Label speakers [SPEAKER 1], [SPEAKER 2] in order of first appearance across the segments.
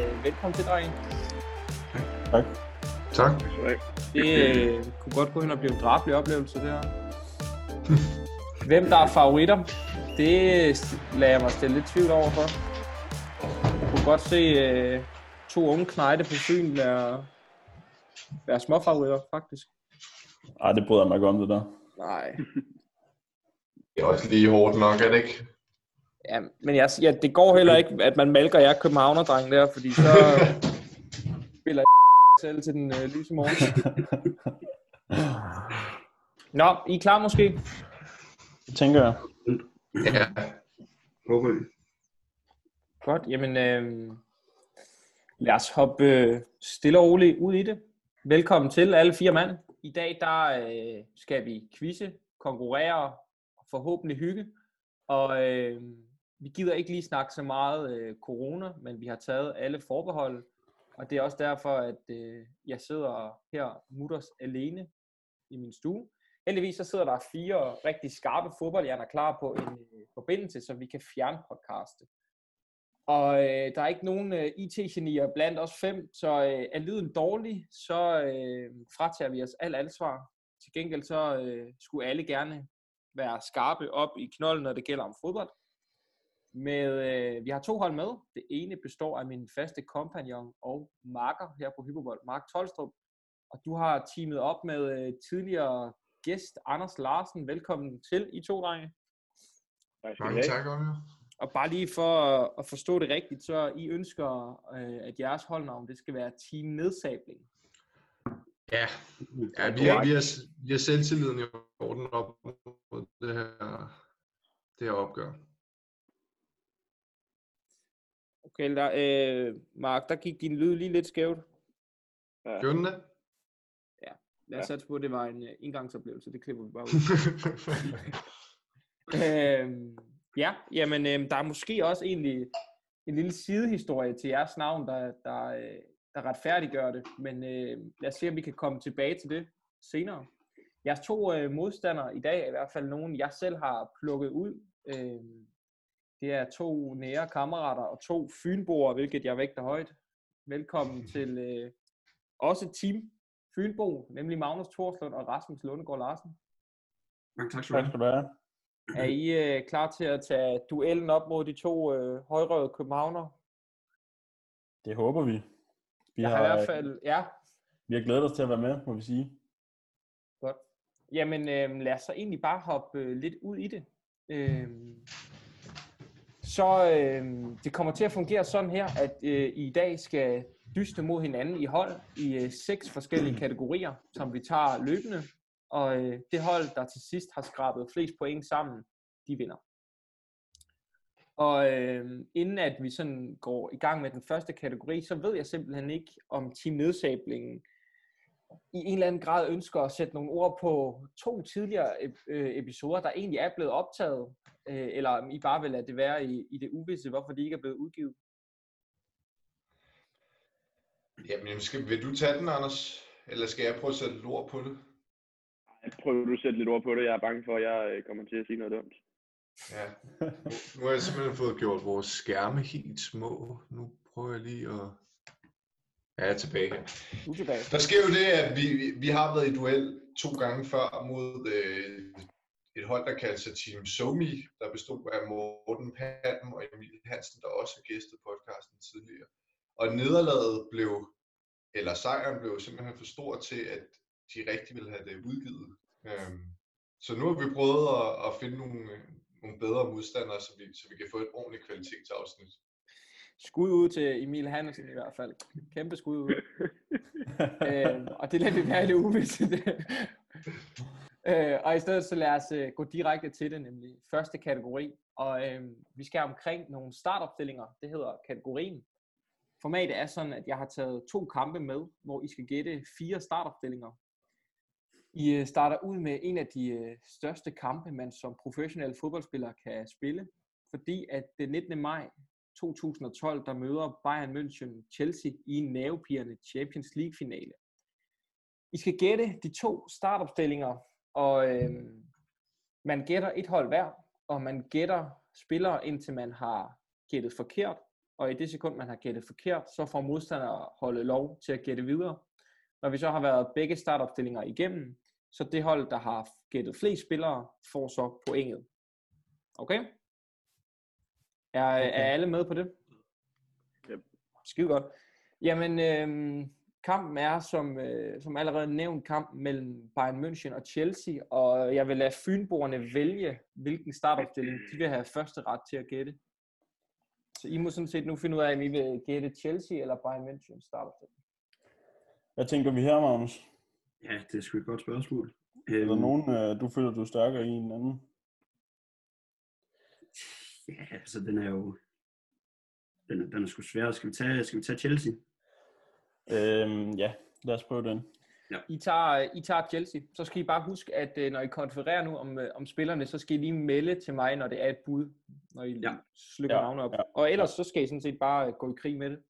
[SPEAKER 1] øh, velkommen til, drenge.
[SPEAKER 2] Tak.
[SPEAKER 1] Det øh, kunne godt gå hen og blive en drabelig oplevelse, det her. Hvem der er favoritter, det øh, lader jeg mig stille lidt tvivl over for. Jeg kunne godt se øh, to unge knejde på Fyn være, være småfavoritter, faktisk.
[SPEAKER 3] Ej, det bryder jeg mig ikke om, det der.
[SPEAKER 1] Nej.
[SPEAKER 2] Det er også lige hårdt nok, er det ikke?
[SPEAKER 1] Ja, men jeg, ja, det går heller ikke, at man malker jer københavnerdreng der, fordi så spiller jeg selv til den øh, lyse morgen. Nå, I er klar måske?
[SPEAKER 3] Det tænker jeg.
[SPEAKER 2] Ja.
[SPEAKER 4] Håber vi.
[SPEAKER 1] Godt, jamen øh, lad os hoppe øh, stille og roligt ud i det. Velkommen til alle fire mand. I dag der øh, skal vi quizze, konkurrere og forhåbentlig hygge. Og øh, vi gider ikke lige snakke så meget øh, corona, men vi har taget alle forbehold. Og det er også derfor, at øh, jeg sidder her mutters alene i min stue. Heldigvis så sidder der fire rigtig skarpe fodboldhjerner klar på en øh, forbindelse, så vi kan fjerne podcasten. Og øh, der er ikke nogen øh, IT-genier blandt os fem, så øh, er lyden dårlig, så øh, fratager vi os alt ansvar. Til gengæld så øh, skulle alle gerne være skarpe op i knolden, når det gælder om fodbold. Med, øh, vi har to hold med. Det ene består af min faste kompagnon og marker her på Hyperbold, Mark Tolstrup. Og du har teamet op med øh, tidligere gæst Anders Larsen. Velkommen til, I to drenge.
[SPEAKER 2] Mange tak, Oliver.
[SPEAKER 1] Og bare lige for at- at forstå det rigtigt, så I ønsker, øh, at jeres holdnavn, det skal være Team Nedsabling.
[SPEAKER 2] Ja, ja vi, har, vi, har, vi har selvtilliden i orden op mod det her, det her opgør.
[SPEAKER 1] Okay, der, øh, Mark, der gik din lyd lige lidt skævt.
[SPEAKER 2] Gjorde den det?
[SPEAKER 1] Lad os satse på, at det var en øh, engangsoplevelse. Det klipper vi bare ud. øhm, ja, jamen, øhm, der er måske også egentlig en lille sidehistorie til jeres navn, der, der, øh, der retfærdiggør det. Men øh, lad os se, om vi kan komme tilbage til det senere. Jeres to øh, modstandere i dag er i hvert fald nogen, jeg selv har plukket ud. Øh, det er to nære kammerater og to fynboer, hvilket jeg vægter højt. Velkommen til øh, også Team Fynbo, nemlig Magnus Torslund og Rasmus Lundegård Larsen.
[SPEAKER 4] Mange tak skal du
[SPEAKER 3] Tak
[SPEAKER 4] have.
[SPEAKER 3] skal du have.
[SPEAKER 1] Er I øh, klar til at tage duellen op mod de to øh, højrøvede københavner?
[SPEAKER 3] Det håber vi. Vi
[SPEAKER 1] Jeg
[SPEAKER 3] har, øh,
[SPEAKER 1] har i hvert fald, ja.
[SPEAKER 3] vi har glædet os til at være med, må vi sige.
[SPEAKER 1] Godt. Jamen, øh, lad os så egentlig bare hoppe øh, lidt ud i det. Øh, så øh, det kommer til at fungere sådan her, at øh, I i dag skal dyste mod hinanden i hold i øh, seks forskellige kategorier, som vi tager løbende. Og øh, det hold, der til sidst har skrabet flest point sammen, de vinder. Og øh, inden at vi sådan går i gang med den første kategori, så ved jeg simpelthen ikke, om team nedsablingen i en eller anden grad ønsker at sætte nogle ord på to tidligere ep- øh, episoder, der egentlig er blevet optaget, øh, eller om I bare vil lade det være i, i det uvisse, hvorfor de ikke er blevet udgivet.
[SPEAKER 2] Jamen, skal, vil du tage den, Anders? Eller skal jeg prøve at sætte lort på det?
[SPEAKER 5] Jeg prøver du at sætte lidt ord på det. Jeg er bange for, at jeg øh, kommer til at sige noget dumt.
[SPEAKER 2] Ja. Nu har jeg simpelthen fået gjort vores skærme helt små. Nu prøver jeg lige at... Ja, jeg er tilbage her.
[SPEAKER 1] Nu tilbage.
[SPEAKER 2] Der sker jo det, at vi, vi- vi har været i duel to gange før mod øh, et hold, der kalder sig Team Somi, der bestod af Morten Palm og Emil Hansen, der også har gæstet podcasten tidligere. Og nederlaget blev, eller sejren blev simpelthen for stor til, at de rigtig ville have det udgivet. Øhm, så nu har vi prøvet at, at finde nogle, øh, nogle bedre modstandere, så vi, så vi kan få et ordentligt kvalitetsafsnit.
[SPEAKER 1] Skud ud til Emil Hansen i hvert fald. Kæmpe skud ud. øh, og det lader vi være i det uvisse. det. øh, og i stedet så lad os øh, gå direkte til det, nemlig første kategori. Og øh, vi skal omkring nogle startopstillinger. Det hedder kategorien. Formatet er sådan, at jeg har taget to kampe med, hvor I skal gætte fire startopstillinger. I øh, starter ud med en af de øh, største kampe, man som professionel fodboldspiller kan spille. Fordi at den 19. maj 2012, der møder Bayern München Chelsea i en nervepirrende Champions League-finale. I skal gætte de to startopstillinger, og øhm, man gætter et hold hver, og man gætter spillere, indtil man har gættet forkert. og i det sekund, man har gættet forkert, så får modstanderholdet lov til at gætte videre. Når vi så har været begge startopstillinger igennem, så det hold, der har gættet flest spillere, får så pointet. Okay? Er, okay. er alle med på det?
[SPEAKER 5] Yep.
[SPEAKER 1] Skide godt. Jamen, øh, kampen er, som, øh, som allerede nævnt, kampen mellem Bayern München og Chelsea, og jeg vil lade Fynboerne vælge, hvilken startopstilling de vil have første ret til at gætte. Så I må sådan set nu finde ud af, om I vil gætte Chelsea eller Bayern München startopstilling.
[SPEAKER 3] Hvad tænker vi her, Magnus?
[SPEAKER 4] Ja, det er sgu et godt spørgsmål.
[SPEAKER 3] Er der
[SPEAKER 4] Øhm,
[SPEAKER 3] nogen, øh, du føler, du er stærkere i end anden?
[SPEAKER 4] Ja, altså den er jo... Den er, den er sgu svær. Skal vi tage, skal vi tage Chelsea?
[SPEAKER 3] Øhm, ja, lad os prøve den.
[SPEAKER 1] I tager, I tager Chelsea. Så skal I bare huske, at øh, når I konfererer nu om, øh, om spillerne, så skal I lige melde til mig, når det er et bud, når I ja.
[SPEAKER 4] Ja.
[SPEAKER 1] slykker ja.
[SPEAKER 3] Ja,
[SPEAKER 1] navnet op. Ja.
[SPEAKER 3] ja.
[SPEAKER 1] Og ellers så skal I sådan set bare øh, gå i krig med det.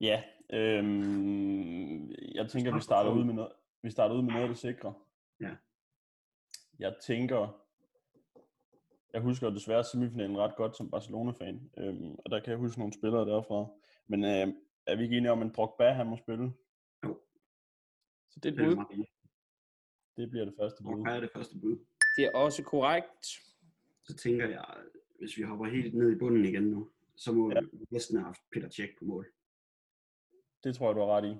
[SPEAKER 3] Ja, øhm, jeg tænker, vi starter ud med noget, vi starter ud med noget, af det sikre.
[SPEAKER 4] Ja.
[SPEAKER 3] Jeg tænker, jeg husker desværre semifinalen ret godt som Barcelona-fan, øhm, og der kan jeg huske nogle spillere derfra. Men øhm, er vi ikke enige om, at Drogba han må spille?
[SPEAKER 1] Så det er
[SPEAKER 4] Den
[SPEAKER 1] et
[SPEAKER 4] er
[SPEAKER 1] bud.
[SPEAKER 4] meget enig.
[SPEAKER 3] Det bliver det første bud.
[SPEAKER 4] Drogba er det første bud.
[SPEAKER 1] Det er også korrekt.
[SPEAKER 4] Så tænker jeg, hvis vi hopper helt ned i bunden igen nu, så må
[SPEAKER 3] Ja.
[SPEAKER 4] ja. vi næsten have haft Peter Tjek på mål.
[SPEAKER 3] Det tror jeg, du har ret i.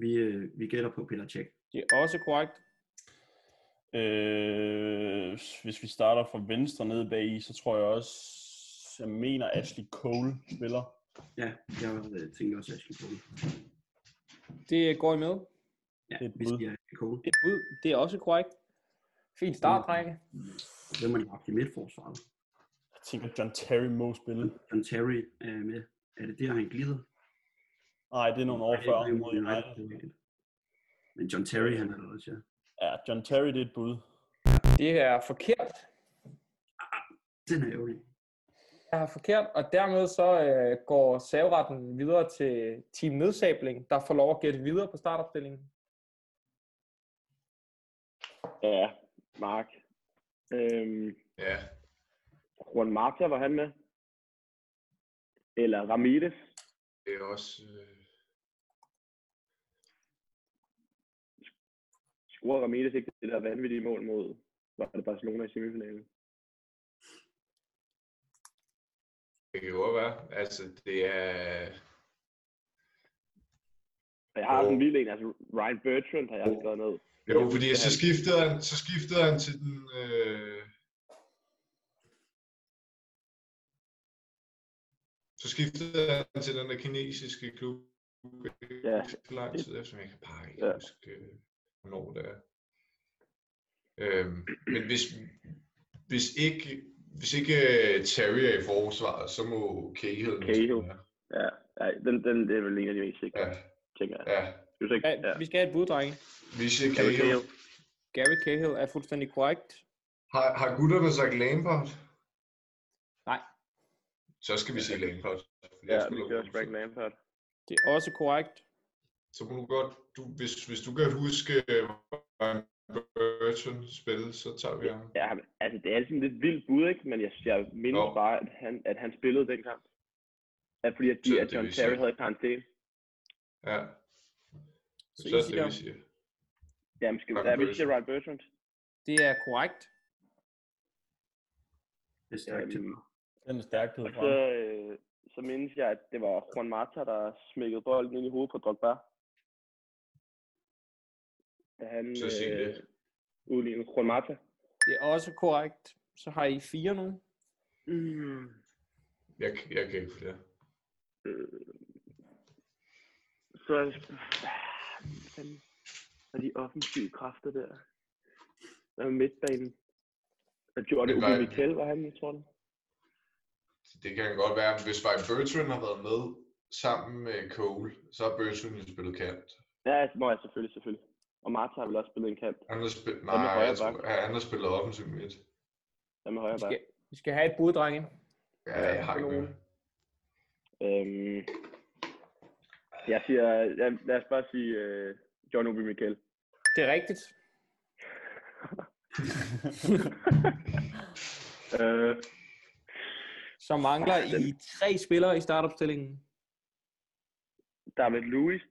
[SPEAKER 4] Vi, øh, vi gætter på Peter Tjek.
[SPEAKER 1] Det er også korrekt.
[SPEAKER 3] Øh, hvis vi starter fra venstre ned bag i, så tror jeg også, jeg mener Ashley Cole spiller.
[SPEAKER 4] Ja, jeg øh, tænker også Ashley Cole.
[SPEAKER 1] Det går I med.
[SPEAKER 4] Ja,
[SPEAKER 3] Det er et
[SPEAKER 4] vi
[SPEAKER 3] bud.
[SPEAKER 4] siger Ashley Cole.
[SPEAKER 1] Det er et bud. Det er også korrekt. Fin start, drenge.
[SPEAKER 4] Hvem har de haft i midtforsvaret?
[SPEAKER 3] Jeg tænker, John Terry må spille.
[SPEAKER 4] John Terry er med. Er det der, han glider?
[SPEAKER 3] Nej, det er nogle år
[SPEAKER 4] Nej, det
[SPEAKER 3] før
[SPEAKER 4] er jo
[SPEAKER 3] mod
[SPEAKER 4] United, det
[SPEAKER 3] United.
[SPEAKER 4] er rigtigt. Men John Terry, han er der også, ja.
[SPEAKER 3] Ja, John Terry, det er et bud.
[SPEAKER 1] Det er forkert.
[SPEAKER 4] Den er ærgerlig.
[SPEAKER 1] Jeg har forkert, og dermed så øh, går saveretten videre til Team Nedsabling, der får lov at gætte videre på startopstillingen.
[SPEAKER 5] Ja, Mark. Øhm,
[SPEAKER 2] Ja,
[SPEAKER 5] Juan Marta, var han med? Eller Ramirez?
[SPEAKER 2] det er også... Øh,
[SPEAKER 5] Scorede Ramirez ikke det der vanvittige mål mod var det Barcelona i semifinalen?
[SPEAKER 2] det kan jo godt være. Altså, det er...
[SPEAKER 5] Og jeg har sådan en
[SPEAKER 2] Jo.
[SPEAKER 5] vild en, altså Ryan Bertrand har jeg
[SPEAKER 2] Jo.
[SPEAKER 5] skrevet ned.
[SPEAKER 2] Jo, fordi så skiftede han, så skiftede han til den... Øh, så skiftede han til den der kinesiske klub.
[SPEAKER 5] Ja.
[SPEAKER 2] Ja. Så lang tid efter, men jeg kan bare ikke
[SPEAKER 5] Ja.
[SPEAKER 2] ja. huske, øh, hvornår det er. Øhm, men hvis, hvis ikke, hvis ikke øh, Terry er i forsvaret, så må Cahill... måske
[SPEAKER 5] Cahill.
[SPEAKER 2] være.
[SPEAKER 5] Ja, ja den, den det er vel en af de mest sikre,
[SPEAKER 2] Ja,
[SPEAKER 5] ja. tænker jeg.
[SPEAKER 2] ja.
[SPEAKER 5] Synes ikke?
[SPEAKER 1] Ja,
[SPEAKER 5] Ja.
[SPEAKER 1] Vi skal have et bud, drenge.
[SPEAKER 2] Hvis ikke
[SPEAKER 5] Gary
[SPEAKER 2] Cahill...
[SPEAKER 5] Cahill.
[SPEAKER 1] Gary Cahill er fuldstændig korrekt.
[SPEAKER 2] Har, har gutterne sagt Lampard?
[SPEAKER 1] Nej.
[SPEAKER 2] Så skal vi sige Lampard. fordi jeg
[SPEAKER 5] Ja, vi
[SPEAKER 2] spiller
[SPEAKER 5] kører
[SPEAKER 2] Wolves.
[SPEAKER 5] Frank Lampard.
[SPEAKER 1] Det er også korrekt.
[SPEAKER 2] Så må du godt, du, hvis, hvis du kan huske, øh, hvordan Burton spillede, så tager vi ham.
[SPEAKER 5] Ja, men, altså det er sådan lidt vildt bud, ikke? Men jeg, jeg mindes
[SPEAKER 2] Jo.
[SPEAKER 5] bare, at han, at han spillede den kamp. At fordi at,
[SPEAKER 2] Så
[SPEAKER 5] de,
[SPEAKER 2] er
[SPEAKER 5] at
[SPEAKER 2] det
[SPEAKER 5] John
[SPEAKER 2] vist
[SPEAKER 5] Terry
[SPEAKER 2] ikke.
[SPEAKER 5] havde karantæne.
[SPEAKER 2] Ja,
[SPEAKER 1] Så
[SPEAKER 2] så
[SPEAKER 1] I
[SPEAKER 2] er det
[SPEAKER 1] siger,
[SPEAKER 2] det, vi siger.
[SPEAKER 5] Jamen, skal vi,
[SPEAKER 2] Ryan
[SPEAKER 5] ja, vi
[SPEAKER 2] Bertrand.
[SPEAKER 5] siger Ryan Bertrand.
[SPEAKER 1] det er korrekt.
[SPEAKER 4] Det er stærkt til
[SPEAKER 5] Øhm,
[SPEAKER 4] mig.
[SPEAKER 3] Den stærkhed
[SPEAKER 5] Og
[SPEAKER 3] fra.
[SPEAKER 5] så, øh, så mindes jeg, at det var Juan Mata, der smækkede bolden ind i hovedet på Drogba. Da han øh,
[SPEAKER 2] Så sig det.
[SPEAKER 5] udlignede Juan Mata.
[SPEAKER 1] Det er også korrekt. Så har I fire nu.
[SPEAKER 5] Mm.
[SPEAKER 2] Jeg, jeg kan ikke flere.
[SPEAKER 5] Så Hvad fanden er de offensive kræfter der? Der er midtbanen. Og Jordan
[SPEAKER 2] Det var-
[SPEAKER 5] Ubi Mikkel, var han, tror du?
[SPEAKER 2] Det kan godt være, men hvis Ryan Bertrand har været med sammen med Cole, så har Bertrand jo spillet kant.
[SPEAKER 5] Ja, altså, nå ja, selvfølgelig, selvfølgelig. Og Marta har vel også spillet en kant.
[SPEAKER 2] Han har spillet,
[SPEAKER 5] er
[SPEAKER 2] nej,
[SPEAKER 5] højre
[SPEAKER 2] jeg tror,
[SPEAKER 5] back?
[SPEAKER 2] han har spillet offensiv midt.
[SPEAKER 5] Der
[SPEAKER 1] Vi
[SPEAKER 5] med højre bak.
[SPEAKER 1] skal, vi skal have et bud, drenge.
[SPEAKER 2] Ja,
[SPEAKER 5] Ja,
[SPEAKER 2] jeg har ikke
[SPEAKER 5] spiller
[SPEAKER 2] mere.
[SPEAKER 5] Øhm, jeg siger, ja, lad os bare sige øh, John Ubi Mikkel.
[SPEAKER 1] Det er rigtigt.
[SPEAKER 5] øh,
[SPEAKER 1] Så mangler I tre spillere i startopstillingen.
[SPEAKER 5] David Lewis.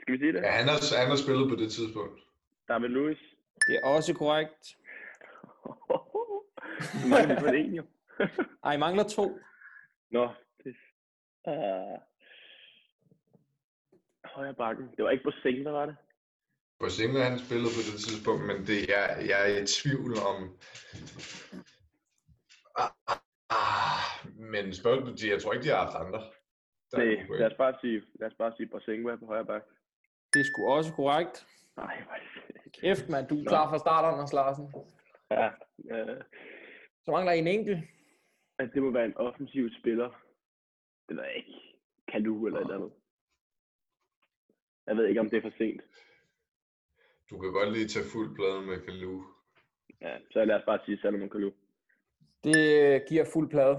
[SPEAKER 5] Skal vi sige det?
[SPEAKER 2] Ja, han har, han har spillet på det tidspunkt.
[SPEAKER 5] David Lewis.
[SPEAKER 1] Det er også korrekt.
[SPEAKER 5] Så mangler vi kun en jo.
[SPEAKER 1] Ej, I mangler to.
[SPEAKER 5] Nå, det er... øh, Højre bakken. Det var ikke på seng, hvad var det?
[SPEAKER 2] På Singer han spillede på det tidspunkt, men det, jeg, jeg er i tvivl om... Ah, ah, men spørgsmålet, de- jeg tror ikke, de har haft andre. Der er
[SPEAKER 5] Nej,
[SPEAKER 2] gode point.
[SPEAKER 5] lad os bare sige, lad os bare sige Bosenga på højre bak.
[SPEAKER 1] Det er sgu også korrekt.
[SPEAKER 5] Nej, hvor er det fedt.
[SPEAKER 1] Kæft, mand, du er klar fra start, Anders Larsen.
[SPEAKER 5] Ja, øh,
[SPEAKER 1] Så mangler I en enkelt.
[SPEAKER 5] altså, det må være en offensiv spiller. Det ved jeg ikke. Kalu eller et eller andet. Jeg ved ikke, om det er for sent.
[SPEAKER 2] Du kan godt lige tage fuld plade med Kalu.
[SPEAKER 5] Ja, så lad os bare sige Salomon Kalu.
[SPEAKER 1] Det øh, giver fuld plade.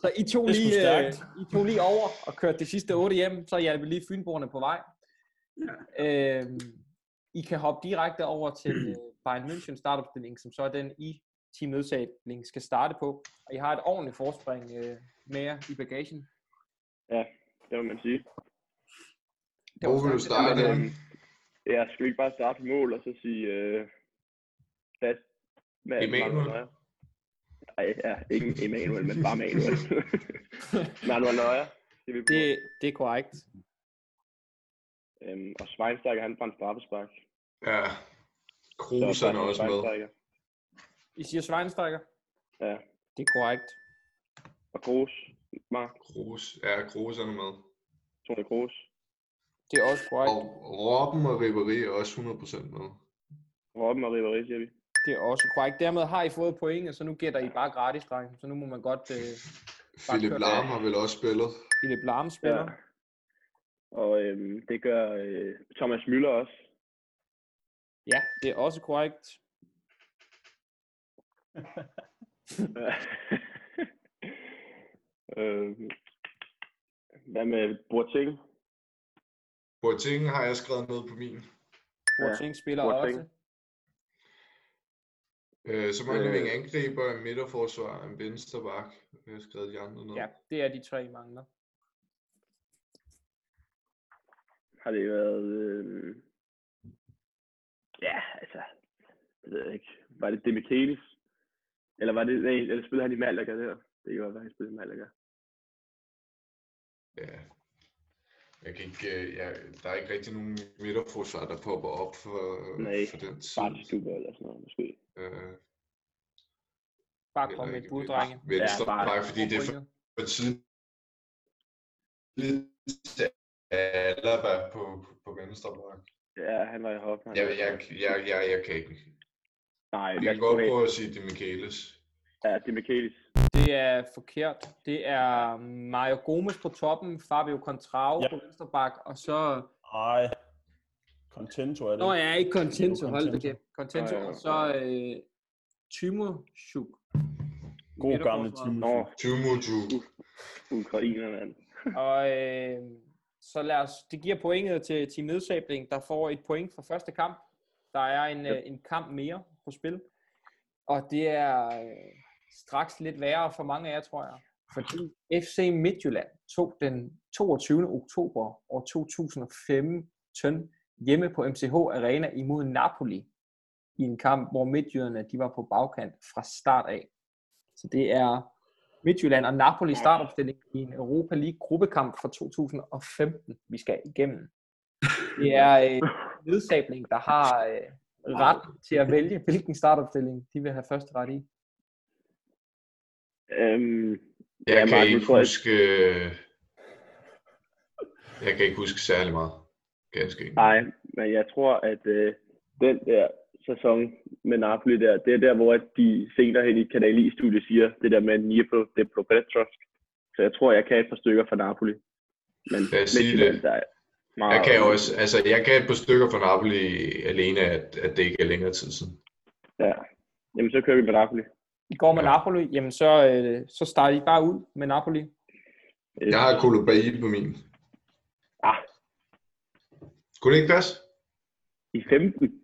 [SPEAKER 1] så I to,
[SPEAKER 3] Det er sgu
[SPEAKER 1] lige, øh,
[SPEAKER 3] stærkt.
[SPEAKER 1] I to lige over og kørte de sidste otte hjem, så hjalp vi lige Fynboerne på vej. Øh, I kan hoppe direkte over til øh, Bayern München startopstilling, som så er den, I team nødsætning skal starte på. Og I har et ordentligt forspring øh, med jer i bagagen.
[SPEAKER 5] Det må man sige.
[SPEAKER 1] var
[SPEAKER 2] Hvor vil du
[SPEAKER 1] stærkt.
[SPEAKER 2] starte?
[SPEAKER 5] Men, øhm, ja, skal vi ikke bare starte på mål og så sige... Øh, hvad, hvad
[SPEAKER 2] Emanuel.
[SPEAKER 5] Nej, ja, ikke Emanuel, men bare Manuel. Manuel Nøjer. Det, vi bruger.
[SPEAKER 1] Det, det er korrekt.
[SPEAKER 5] Øhm, og Schweinsteiger, han brændte straffespark.
[SPEAKER 2] Ja. Kroos han er også med.
[SPEAKER 5] Schweinsteiger.
[SPEAKER 1] I siger Schweinsteiger?
[SPEAKER 5] Ja.
[SPEAKER 1] Det er korrekt.
[SPEAKER 5] Og Kroos. Mark.
[SPEAKER 2] Kroos, ja, Kroos han er med.
[SPEAKER 5] Tony Kroos.
[SPEAKER 1] Det er også korrekt.
[SPEAKER 2] Og Robben og Ribéry er også 100% med.
[SPEAKER 5] Robben og Ribéry, siger vi.
[SPEAKER 1] Det er også korrekt. Dermed har I fået point, og så nu gætter I bare gratis, drenge. Så nu må man godt... Øh,
[SPEAKER 2] Philip
[SPEAKER 1] kørt
[SPEAKER 2] Lahm
[SPEAKER 1] af.
[SPEAKER 2] har vel også spillet.
[SPEAKER 1] Philip Lahm spiller. Ja.
[SPEAKER 5] Og øhm, det gør øh, Thomas Müller også.
[SPEAKER 1] ja, det er også korrekt.
[SPEAKER 5] øhm, hvad med Boateng?
[SPEAKER 2] Boateng har jeg skrevet ned på min.
[SPEAKER 1] Boateng spiller
[SPEAKER 5] Boateng.
[SPEAKER 1] også.
[SPEAKER 2] Øh, så mangler vi
[SPEAKER 5] Øh.
[SPEAKER 2] en angriber, en midterforsvar, en vensterbak. Jeg har skrevet de andre
[SPEAKER 5] Mm.
[SPEAKER 2] ned.
[SPEAKER 1] Ja, det er de tre, I mangler.
[SPEAKER 5] Har det været... Øh, ja, altså... Jeg ved jeg ikke. Var det Demichelis? Eller var det... Nej, eller spillede han i Malaga der? Det kan godt være, han spillede i Malaga.
[SPEAKER 2] ja. Jeg kan ikke, øh, jeg, der er ikke rigtig nogen midterforsvar, der popper op for,
[SPEAKER 5] Nej,
[SPEAKER 2] for den tid.
[SPEAKER 5] Bartstuber eller sådan noget, måske.
[SPEAKER 2] Øh,
[SPEAKER 1] Bare
[SPEAKER 2] heller
[SPEAKER 1] kom med
[SPEAKER 2] ikke
[SPEAKER 1] et bud, drenge.
[SPEAKER 2] Venstre,
[SPEAKER 5] Ja, bare-
[SPEAKER 2] bare, fordi det er for, for tidligt til Alaba på, på venstre bak.
[SPEAKER 5] Ja, han var i Hoffmann.
[SPEAKER 2] Jeg, jeg, jeg, jeg, jeg kan ikke.
[SPEAKER 5] Nej,
[SPEAKER 2] Vi kan godt prøve at sige det, er Michaelis.
[SPEAKER 5] Ja, Demichelis.
[SPEAKER 1] Det er forkert. Det er um, Mario Gomes på toppen, Fabio Contrao
[SPEAKER 3] Ja.
[SPEAKER 1] ja. på venstre bak, og så...
[SPEAKER 3] Ej. Contento er det.
[SPEAKER 1] Nå, jeg er ikke Contento,
[SPEAKER 3] Jo,
[SPEAKER 1] hold da
[SPEAKER 3] Contento.
[SPEAKER 1] kæft. Contento,
[SPEAKER 5] Ja, ja, ja.
[SPEAKER 1] og så øh, Timo Schuk.
[SPEAKER 3] God gamle team.
[SPEAKER 5] Nå,
[SPEAKER 2] Tumutu.
[SPEAKER 5] ukrainer, mand.
[SPEAKER 1] Og øh, så lad os, det giver pointet til Team Nedsabling, der får et point for første kamp. Der er en, øh, en kamp mere på spil. Og det er øh, straks lidt værre for mange af jer, tror jeg. Fordi FC Midtjylland tog den 22. oktober år 2015 hjemme på MCH Arena imod Napoli i en kamp, hvor midtjyderne de var på bagkant fra start af. Så det er Midtjylland og Napoli startopstilling i en Europa League gruppekamp fra 2015, vi skal igennem. Det er øh, nedsabling, der har øh, ret til at vælge, hvilken startopstilling de vil have første ret i.
[SPEAKER 5] Øhm,
[SPEAKER 2] Jeg
[SPEAKER 5] ja,
[SPEAKER 2] kan
[SPEAKER 5] Mark, nu
[SPEAKER 2] ikke
[SPEAKER 5] tror jeg-
[SPEAKER 2] huske... øh, Jeg kan ikke huske særlig meget. Ganske ikke.
[SPEAKER 5] Nej, men jeg tror, at øh, den der sæson med Napoli der, det er der, hvor at de senere hen i Kanali-studiet siger, det der med Niepo de Propetrosk. Så jeg tror, jeg kan et par stykker fra Napoli. Men
[SPEAKER 2] Lad os sige
[SPEAKER 5] Midtjylland,
[SPEAKER 2] det.
[SPEAKER 5] Der er meget
[SPEAKER 2] Jeg kan jo også, altså jeg kan et par stykker fra Napoli alene, at, at det ikke er længere tid siden.
[SPEAKER 5] Ja. Jamen, så kører vi med Napoli.
[SPEAKER 1] I går med
[SPEAKER 2] Ja.
[SPEAKER 1] Napoli, jamen så, øh, så starter I bare ud med Napoli.
[SPEAKER 5] Øh,
[SPEAKER 2] Jeg har Koulibaly på min.
[SPEAKER 5] Ah.
[SPEAKER 2] Kunne det ikke passe?
[SPEAKER 5] I 15?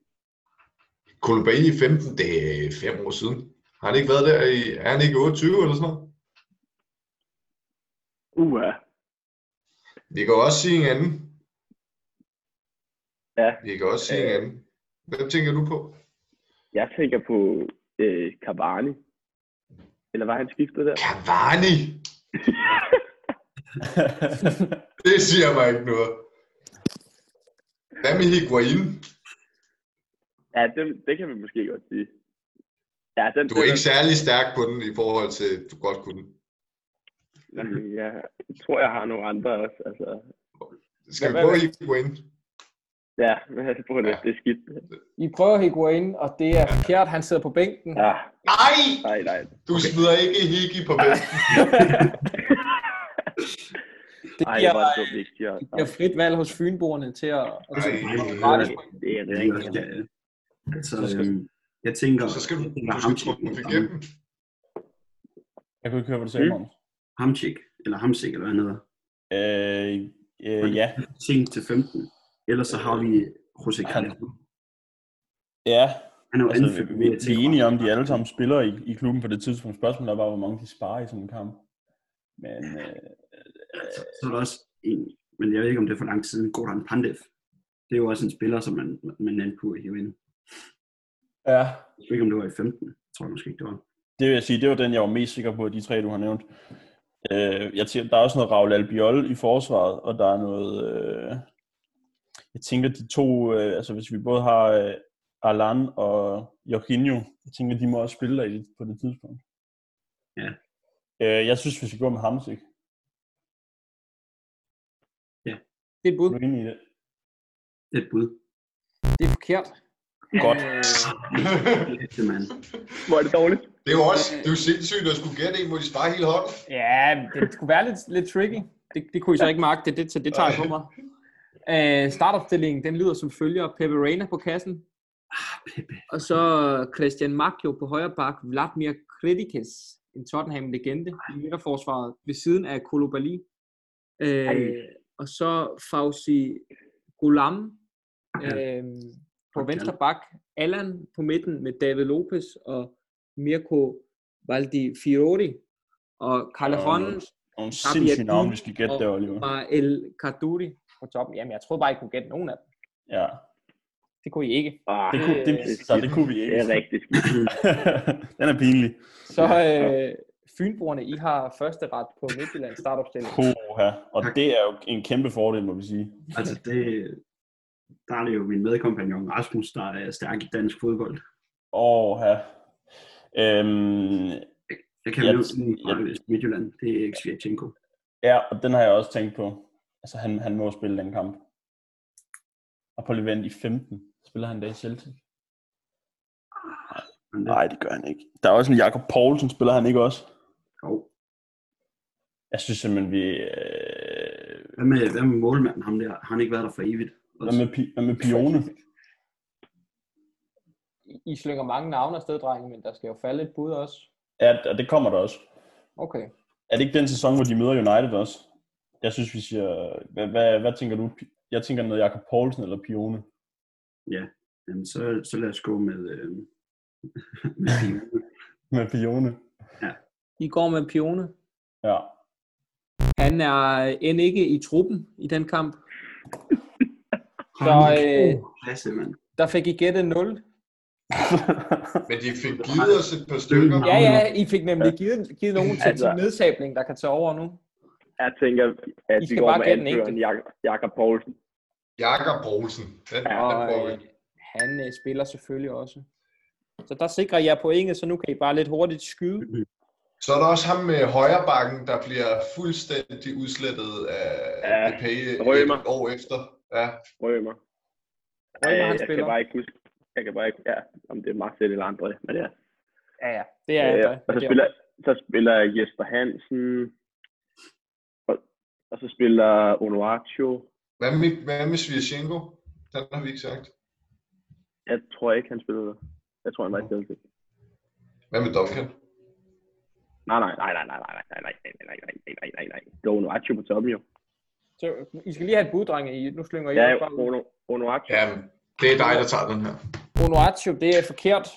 [SPEAKER 2] Koulibaly i 15, det er fem år siden. Har han ikke været der i... Er han ikke 28 eller sådan noget?
[SPEAKER 5] Uha.
[SPEAKER 2] Vi kan jo også sige en anden.
[SPEAKER 5] Ja.
[SPEAKER 2] Vi kan også sige en
[SPEAKER 5] Øh.
[SPEAKER 2] anden. Hvem tænker du på?
[SPEAKER 5] Jeg tænker på øh, Cavani. Eller var han skiftet der?
[SPEAKER 2] Cavani! Det siger mig ikke noget. Hvad med Higuain?
[SPEAKER 5] Ja, det, det kan vi måske godt sige. Ja, den,
[SPEAKER 2] Du er ikke særlig stærk på den i forhold til, du godt kunne.
[SPEAKER 5] den, Jeg tror, jeg har nogle andre også. Altså,
[SPEAKER 2] Skal vi
[SPEAKER 1] Hvad-
[SPEAKER 2] prøve
[SPEAKER 1] hvad-
[SPEAKER 2] Higuain?
[SPEAKER 5] ja, men altså, prøv at
[SPEAKER 2] Ja.
[SPEAKER 5] ja. det er skidt.
[SPEAKER 1] I prøver Higuain, og det er forkert. Han sidder på bænken.
[SPEAKER 5] Ja,
[SPEAKER 2] Nej!
[SPEAKER 5] nej, nej.
[SPEAKER 2] Du smider ikke Higgy på bænken.
[SPEAKER 1] Det
[SPEAKER 5] Ej,
[SPEAKER 1] giver,
[SPEAKER 5] hvor er det dumt, vi ikke siger.
[SPEAKER 1] giver frit valg hos fynboerne til at... at
[SPEAKER 2] Ej,
[SPEAKER 1] gratis
[SPEAKER 5] Nej, det er det
[SPEAKER 4] Det er også,
[SPEAKER 5] ikke.
[SPEAKER 4] ja. Altså,
[SPEAKER 1] Så skal-
[SPEAKER 4] øhm, jeg tænker,
[SPEAKER 2] Så skal du,
[SPEAKER 4] jeg tænker
[SPEAKER 2] du skal trumfe igennem.
[SPEAKER 3] Jeg kunne ikke høre, hvad du sagde,
[SPEAKER 5] Mm.
[SPEAKER 3] Magnus.
[SPEAKER 4] Hamchik, eller Hamsik, eller hvad han hedder.
[SPEAKER 3] Øh, øh, ja.
[SPEAKER 4] Sent til 15. Ellers så har vi Jose Calderón.
[SPEAKER 3] ja.
[SPEAKER 4] Han er jo
[SPEAKER 3] Altså,
[SPEAKER 4] altså,
[SPEAKER 3] vi,
[SPEAKER 4] anført.
[SPEAKER 3] vi, vi er enige om, at de alle sammen spiller i, i klubben på det tidspunkt. Spørgsmålet er bare, hvor mange de sparer i sådan en kamp. Men øh,
[SPEAKER 4] Så, så er der også en, men jeg ved ikke, om det er for lang tid siden, Gordon Pandev. Det er jo også en spiller, som man, man endte på at hive ind.
[SPEAKER 3] ja,
[SPEAKER 4] Jeg ved ikke, om det var i 15. Jeg tror måske ikke, det var.
[SPEAKER 3] det vil jeg sige, det var den, jeg var mest sikker på af de tre, du har nævnt. Øh, jeg tænker, der er også noget Raul Albiol i forsvaret, og der er noget... Øh, jeg tænker, de to... Øh, altså, hvis vi både har øh, Alan og Jorginho, jeg tænker, de må også spille der i det, på det tidspunkt.
[SPEAKER 4] Ja.
[SPEAKER 3] Øh, jeg synes, hvis vi går med Hamsik,
[SPEAKER 1] Det er et
[SPEAKER 3] er
[SPEAKER 1] bud.
[SPEAKER 3] du enig i det?
[SPEAKER 4] Det er et bud.
[SPEAKER 1] Det er forkert.
[SPEAKER 3] Godt.
[SPEAKER 1] Øh,
[SPEAKER 4] Det er mand.
[SPEAKER 5] Hvor er det dårligt?
[SPEAKER 2] Det er jo også, det er jo sindssygt at skulle gætte en, hvor de sparer hele hånden.
[SPEAKER 1] Ja, det skulle være lidt, lidt tricky. Det, det kunne I så ikke magte, det, det, så det tager jeg på mig. Øh, startopstillingen, den lyder som følger. Pepe Reina på kassen. Ah,
[SPEAKER 4] Pepe.
[SPEAKER 1] Og så Christian Macchio på højre bak. Vladimir Kritikes, en Tottenham-legende i midterforsvaret, ved siden af Koulibaly. Øh,
[SPEAKER 5] Ej.
[SPEAKER 1] og så Fauzi Gulam øh, på
[SPEAKER 4] Okay.
[SPEAKER 1] venstre bak. Allan på midten med David Lopez og Mirko Valdifiori. Og Calderon
[SPEAKER 3] Nogle- Nogle sindssyge navne, vi skal gætte
[SPEAKER 1] og-
[SPEAKER 3] der, Oliver.
[SPEAKER 1] var El Kaduri på toppen. Jamen, jeg troede bare, I kunne gætte nogen af dem.
[SPEAKER 3] Ja,
[SPEAKER 1] Det kunne I ikke.
[SPEAKER 5] Ah,
[SPEAKER 3] det kunne, det, viste sig, det kunne vi
[SPEAKER 5] det
[SPEAKER 3] ikke.
[SPEAKER 5] er rigtig skidt.
[SPEAKER 3] Den er pinlig.
[SPEAKER 1] Så øh, Fynboerne, I har første ret på Midtjyllands startopstilling.
[SPEAKER 3] Koha. Og
[SPEAKER 4] Tak.
[SPEAKER 3] det er jo en kæmpe fordel, må vi sige.
[SPEAKER 4] Altså, det, der er det jo min medkompagnon Rasmus, der er stærk i dansk fodbold.
[SPEAKER 3] Åha. Øhm,
[SPEAKER 4] Jeg kan
[SPEAKER 3] Ja,
[SPEAKER 4] jo nævne
[SPEAKER 3] ja.
[SPEAKER 4] den fra Midtjylland. Det er Svirchenko.
[SPEAKER 3] ja, og den har jeg også tænkt på. Altså, han, han må spille den kamp. Og på Levent i 15 spiller han da i Celtic.
[SPEAKER 4] Men det,
[SPEAKER 3] Nej, det gør han ikke. Der er også en Jakob Poulsen, spiller han ikke også?
[SPEAKER 4] jo.
[SPEAKER 3] Jeg synes simpelthen, vi... Øh,
[SPEAKER 4] Hvad med, hvad med målmanden? Ham der, har han ikke været der for evigt?
[SPEAKER 3] hvad med, Pi- hvad med Pione?
[SPEAKER 1] I- I slynger mange navne afsted, drenge, men der skal jo falde et bud også.
[SPEAKER 3] Ja, og det kommer der også.
[SPEAKER 1] Okay.
[SPEAKER 3] Er det ikke den sæson, hvor de møder United også? Jeg synes, vi siger... Hvad, hvad, hvad tænker du? Pi- Jeg tænker noget Jakob Poulsen eller Pione.
[SPEAKER 4] Jamen, så, så lad os gå med... Øh, med Pione.
[SPEAKER 3] Med Pione.
[SPEAKER 1] I går med Pione.
[SPEAKER 3] Ja.
[SPEAKER 1] Han er end ikke i truppen i den kamp. Så øh,
[SPEAKER 4] Klasse, mand.
[SPEAKER 1] der fik I gættet 0.
[SPEAKER 2] Men de fik givet os et par stykker.
[SPEAKER 1] Ja, ja, I fik nemlig givet, givet nogen til, til
[SPEAKER 5] Altså-
[SPEAKER 1] nedsabling, der kan tage over nu.
[SPEAKER 5] Jeg tænker, at
[SPEAKER 1] I
[SPEAKER 5] vi
[SPEAKER 1] skal
[SPEAKER 5] går
[SPEAKER 1] bare
[SPEAKER 5] med
[SPEAKER 1] gætte den
[SPEAKER 5] anføreren Jak- Jakob Poulsen.
[SPEAKER 2] Jakob Poulsen. Den,
[SPEAKER 5] Ja,
[SPEAKER 2] den
[SPEAKER 1] Og
[SPEAKER 2] får vi.
[SPEAKER 1] øh, han øh, spiller selvfølgelig også. Så der sikrer jeg pointet, så nu kan I bare lidt hurtigt skyde.
[SPEAKER 2] Så er der også ham med højrebakken, der bliver fuldstændig udslettet af
[SPEAKER 5] Ja,
[SPEAKER 2] Depay øh,
[SPEAKER 5] Rømer.
[SPEAKER 2] et år efter. Ja,
[SPEAKER 5] Rømer.
[SPEAKER 1] Rømer,
[SPEAKER 5] Øh,
[SPEAKER 1] han
[SPEAKER 5] jeg
[SPEAKER 1] spiller.
[SPEAKER 5] kan bare ikke huske. Jeg kan bare ikke, ja, om det er Marcel eller André, men ja.
[SPEAKER 1] Ja, ja. Det er
[SPEAKER 5] Øh,
[SPEAKER 1] øh,
[SPEAKER 5] og så spiller, så spiller Jesper Hansen, og, og så spiller Onuaccio.
[SPEAKER 2] hvad med, hvad med Svirchenko? Den har vi ikke sagt.
[SPEAKER 5] Jeg tror ikke, han spiller der. Jeg tror, han var i Celtic.
[SPEAKER 2] Hvad med Duncan?
[SPEAKER 5] Nej, nej, nej, nej, nej, nej, nej, nej, nej, nej, nej, nej, nej, nej, nej. Det var Onuaccio på toppen, jo.
[SPEAKER 1] Så, I skal lige have et bud, drenge. I, nu slynger I
[SPEAKER 5] Ja,
[SPEAKER 1] ja,
[SPEAKER 5] jo, Ono- Onuaccio.
[SPEAKER 2] Ja, det er dig, der tager den her.
[SPEAKER 1] Onoaccio, det er forkert.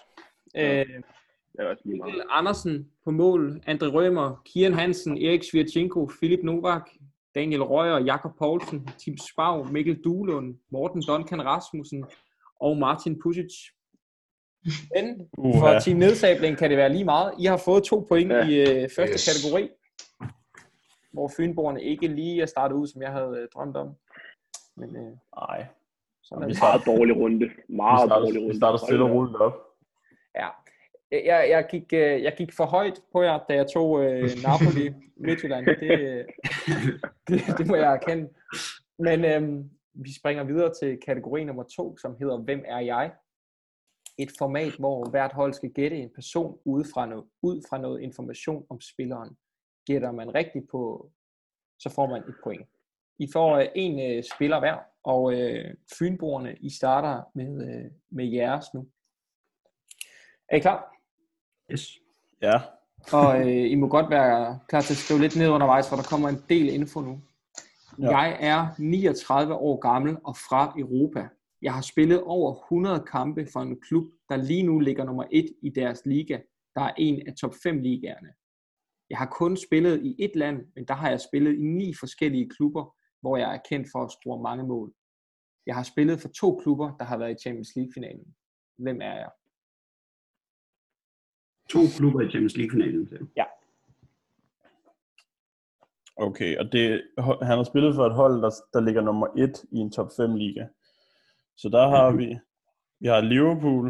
[SPEAKER 1] Øh,
[SPEAKER 5] Det er også lige meget.
[SPEAKER 1] Mikkel Andersen på mål, Andre Rømer, Kian Hansen, Erik Svirchenko, Filip Novak, Daniel Røger, Jakob Poulsen, Tim Spav, Mikkel Duelund, Morten Duncan Rasmussen og Martin Pusic. Men for
[SPEAKER 3] Uha.
[SPEAKER 1] Team Nedsabling kan det være lige meget. I har fået to point
[SPEAKER 5] Ja.
[SPEAKER 1] ja. i øh, første
[SPEAKER 2] Yes.
[SPEAKER 1] yes. kategori, hvor Fynborgerne ikke lige er startet ud, som jeg havde øh, drømt om. Men øh,
[SPEAKER 3] Nej,
[SPEAKER 1] sådan er
[SPEAKER 3] Vi
[SPEAKER 1] det.
[SPEAKER 3] starter
[SPEAKER 5] Meget dårlig runde.
[SPEAKER 3] vi
[SPEAKER 5] Meget dårlig
[SPEAKER 3] starter,
[SPEAKER 5] runde.
[SPEAKER 3] vi starter stille og roligt op.
[SPEAKER 1] Ja. Jeg, jeg, gik, øh, jeg gik for højt på jer, da jeg tog øh, Napoli Midtjylland. Det, øh, det, det må jeg erkende. Men øh, vi springer videre til kategori nummer to, som hedder Hvem er jeg? Et format, hvor hvert hold skal gætte en person ud fra, no- ud fra noget information om spilleren. Gætter man rigtigt på, så får man et point. I får øh, en øh, spiller hver, og øh, Fynboerne, I starter med, øh, med jeres nu. Er I klar?
[SPEAKER 4] Yes.
[SPEAKER 3] Ja,
[SPEAKER 1] Og øh, I må godt være klar til at skrive lidt ned undervejs, for der kommer en del info nu.
[SPEAKER 3] Ja.
[SPEAKER 1] Ja. Jeg er 39 år gammel og fra Europa. Jeg har spillet over 100 kampe for en klub, der lige nu ligger nummer 1 i deres liga, der er en af top 5 ligaerne. Jeg har kun spillet i et land, men der har jeg spillet i ni forskellige klubber, hvor jeg er kendt for at score mange mål. Jeg har spillet for to klubber, der har været i Champions League-finalen. Hvem er jeg?
[SPEAKER 4] To klubber i Champions League-finalen. sagde du.
[SPEAKER 3] okay. Og det, han har spillet for et hold, der, der ligger nummer et i en top 5 liga. Så der har
[SPEAKER 5] Mhm.
[SPEAKER 3] vi, vi har Liverpool,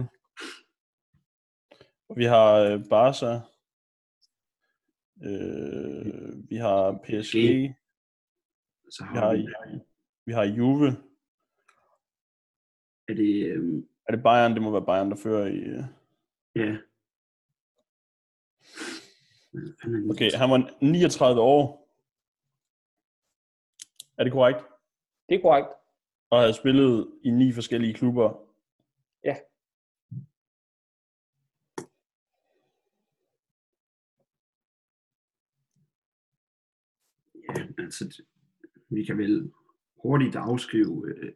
[SPEAKER 3] vi har øh, Barca, øh, vi har PSG,
[SPEAKER 4] Så
[SPEAKER 3] vi
[SPEAKER 4] har
[SPEAKER 3] har,
[SPEAKER 4] vi,
[SPEAKER 3] vi har Juve.
[SPEAKER 4] er det, øhm,
[SPEAKER 3] Er det Bayern? Det må være Bayern, der fører i... øh.
[SPEAKER 4] ja. Hvad fanden er det?
[SPEAKER 3] Okay, han var 39 år. Er det korrekt?
[SPEAKER 1] Det er korrekt.
[SPEAKER 3] Og havde spillet i ni forskellige klubber.
[SPEAKER 1] Ja.
[SPEAKER 4] Ja, altså, det- vi kan vel hurtigt afskrive, øh,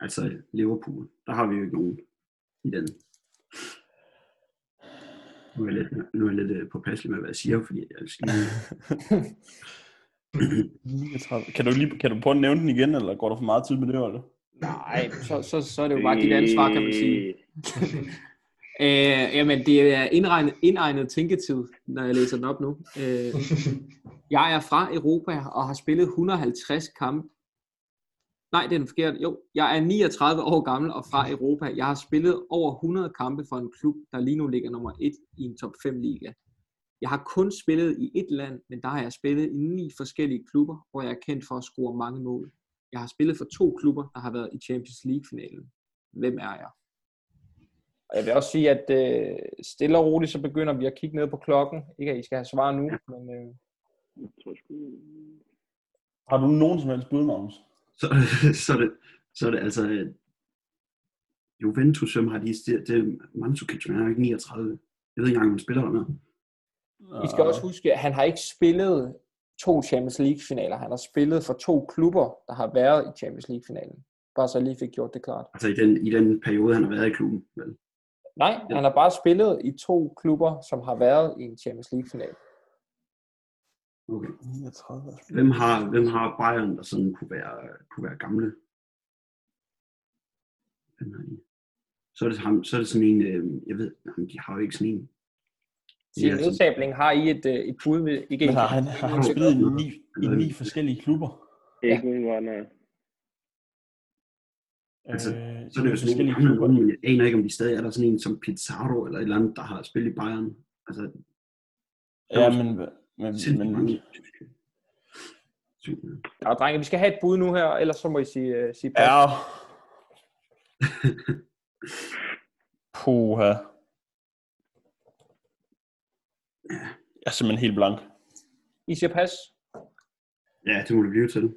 [SPEAKER 4] altså Liverpool. Der har vi jo ikke nogen i den. Nu er jeg lidt, nu er jeg lidt øh, påpasselig med, hvad jeg siger, fordi jeg skal lige
[SPEAKER 3] 39. Kan du, lige, kan du prøve at nævne den igen, eller går der for meget tid med det? Eller?
[SPEAKER 1] Nej, så, så, så er det jo bare dit ansvar, kan man sige. Øh, jamen, det er indregnet, indregnet tænketid, når jeg læser den op nu. Øh, jeg er fra Europa og har spillet 150 kampe. Nej, det er den forkerte. Jo, jeg er 39 år gammel og fra Europa. Jeg har spillet over 100 kampe for en klub, der lige nu ligger nummer 1 i en top 5 liga. Jeg har kun spillet i et land, men der har jeg spillet i ni forskellige klubber, hvor jeg er kendt for at score mange mål. Jeg har spillet for to klubber, der har været i Champions League-finalen. Hvem er jeg? Og jeg vil også sige, at øh, stille og roligt, så begynder vi at kigge ned på klokken. Ikke at I skal have svar nu, men øh,
[SPEAKER 3] Har du nogen som helst bud, Magnus?
[SPEAKER 4] så, så, er det, så er det altså... øh, Juventus, som har de det, det er Mandzukic, men han er ikke 39. Jeg ved ikke engang, om han spiller eller noget.
[SPEAKER 1] I skal også huske, at han har ikke spillet to Champions League-finaler. Han har spillet for to klubber, der har været i Champions League-finalen. Bare så jeg lige fik gjort det klart.
[SPEAKER 4] Altså i den, i den periode, han har været i klubben. Vel?
[SPEAKER 1] Nej, han har bare spillet i to klubber, som har været i en Champions League-final.
[SPEAKER 4] Okay.
[SPEAKER 3] 39.
[SPEAKER 4] Hvem har, hvem har Bayern, der sådan kunne være, kunne være gamle? Hvem har de? Så er det, ham, så er det sådan en, øh, jeg ved, jamen, de har jo ikke sådan en.
[SPEAKER 1] Så i nedsabling har I et, øh, et bud med... Ikke
[SPEAKER 3] Men
[SPEAKER 1] en,
[SPEAKER 3] har han, har han spillet i ni, i ni forskellige klubber?
[SPEAKER 5] Ikke nogen var, nej.
[SPEAKER 4] Altså,
[SPEAKER 3] Øh,
[SPEAKER 4] Så er det jo sådan en
[SPEAKER 3] forskellige
[SPEAKER 4] gammel
[SPEAKER 3] klubber.
[SPEAKER 4] unge, men jeg aner ikke, om de stadig er der sådan en som Pizarro eller et eller andet, der har spillet i Bayern. Altså,
[SPEAKER 3] Ja, men... men, men
[SPEAKER 4] sindssygt mange. Sygt, ja.
[SPEAKER 1] Nå, drenge, vi skal have et bud nu her, ellers så må I sige, øh, sige pas.
[SPEAKER 3] ja. Puha. Jeg er simpelthen helt blank.
[SPEAKER 1] I siger pas?
[SPEAKER 4] Ja, det må det blive til.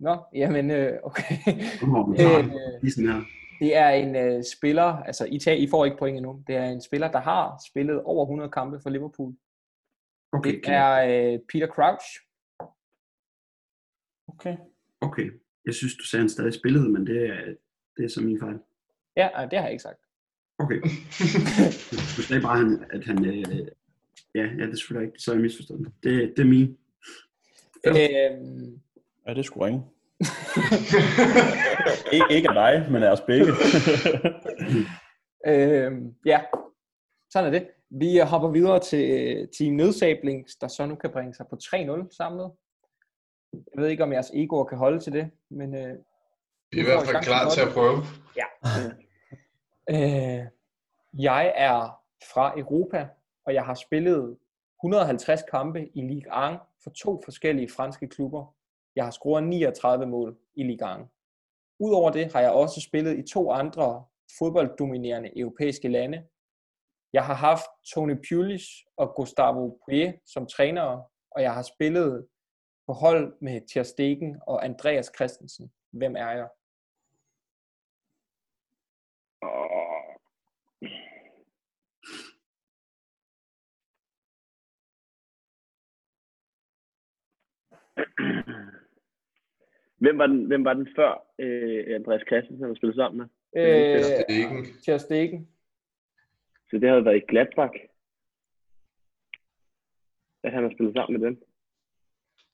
[SPEAKER 1] Nå, jamen, øh, okay.
[SPEAKER 4] Hvornår man tager
[SPEAKER 1] øh,
[SPEAKER 4] lige sådan her.
[SPEAKER 1] Det er en øh, spiller, altså I, tager, I får ikke point endnu, det er en spiller, der har spillet over 100 kampe for Liverpool.
[SPEAKER 4] Okay,
[SPEAKER 1] Det
[SPEAKER 4] ja.
[SPEAKER 1] er øh, Peter Crouch.
[SPEAKER 3] Okay.
[SPEAKER 4] okay. Jeg synes, du sagde, han stadig spillede, men det er, det er så min fejl.
[SPEAKER 1] Ja, ej, det har jeg ikke sagt.
[SPEAKER 4] Okay. Du sagde bare, han- at han... Øh, ja, ja, det er selvfølgelig rigtigt. Så har jeg misforstået den. det. Det er min.
[SPEAKER 1] Øhm,
[SPEAKER 3] Ja, det skulle ringe. Ik- ikke af dig, men af os begge.
[SPEAKER 1] øhm, ja, sådan er det. Vi hopper videre til øh, Team Nedsabling, der så nu kan bringe sig på 3-0 samlet. Jeg ved ikke, om jeres egoer kan holde til det, men øh,
[SPEAKER 2] Vi er i hvert fald klar til at prøve.
[SPEAKER 1] Øh, jeg er fra Europa, og jeg har spillet 150 kampe i Ligue 1 for to forskellige franske klubber. Jeg har scoret 39 mål i Ligue 1. Udover det har jeg også spillet i to andre fodbolddominerende europæiske lande. Jeg har haft Tony Pulis og Gustavo Poirier som trænere, og jeg har spillet på hold med Ter Stegen og Andreas Christensen. Hvem er jeg?
[SPEAKER 5] Åh. Hvem var den, hvem var den før øh, Andreas Christensen, han spillede sammen med? Øh,
[SPEAKER 2] Det er ikke en-
[SPEAKER 1] Ter Stegen.
[SPEAKER 5] Så det havde været i Gladbach. At han har spillet sammen med dem.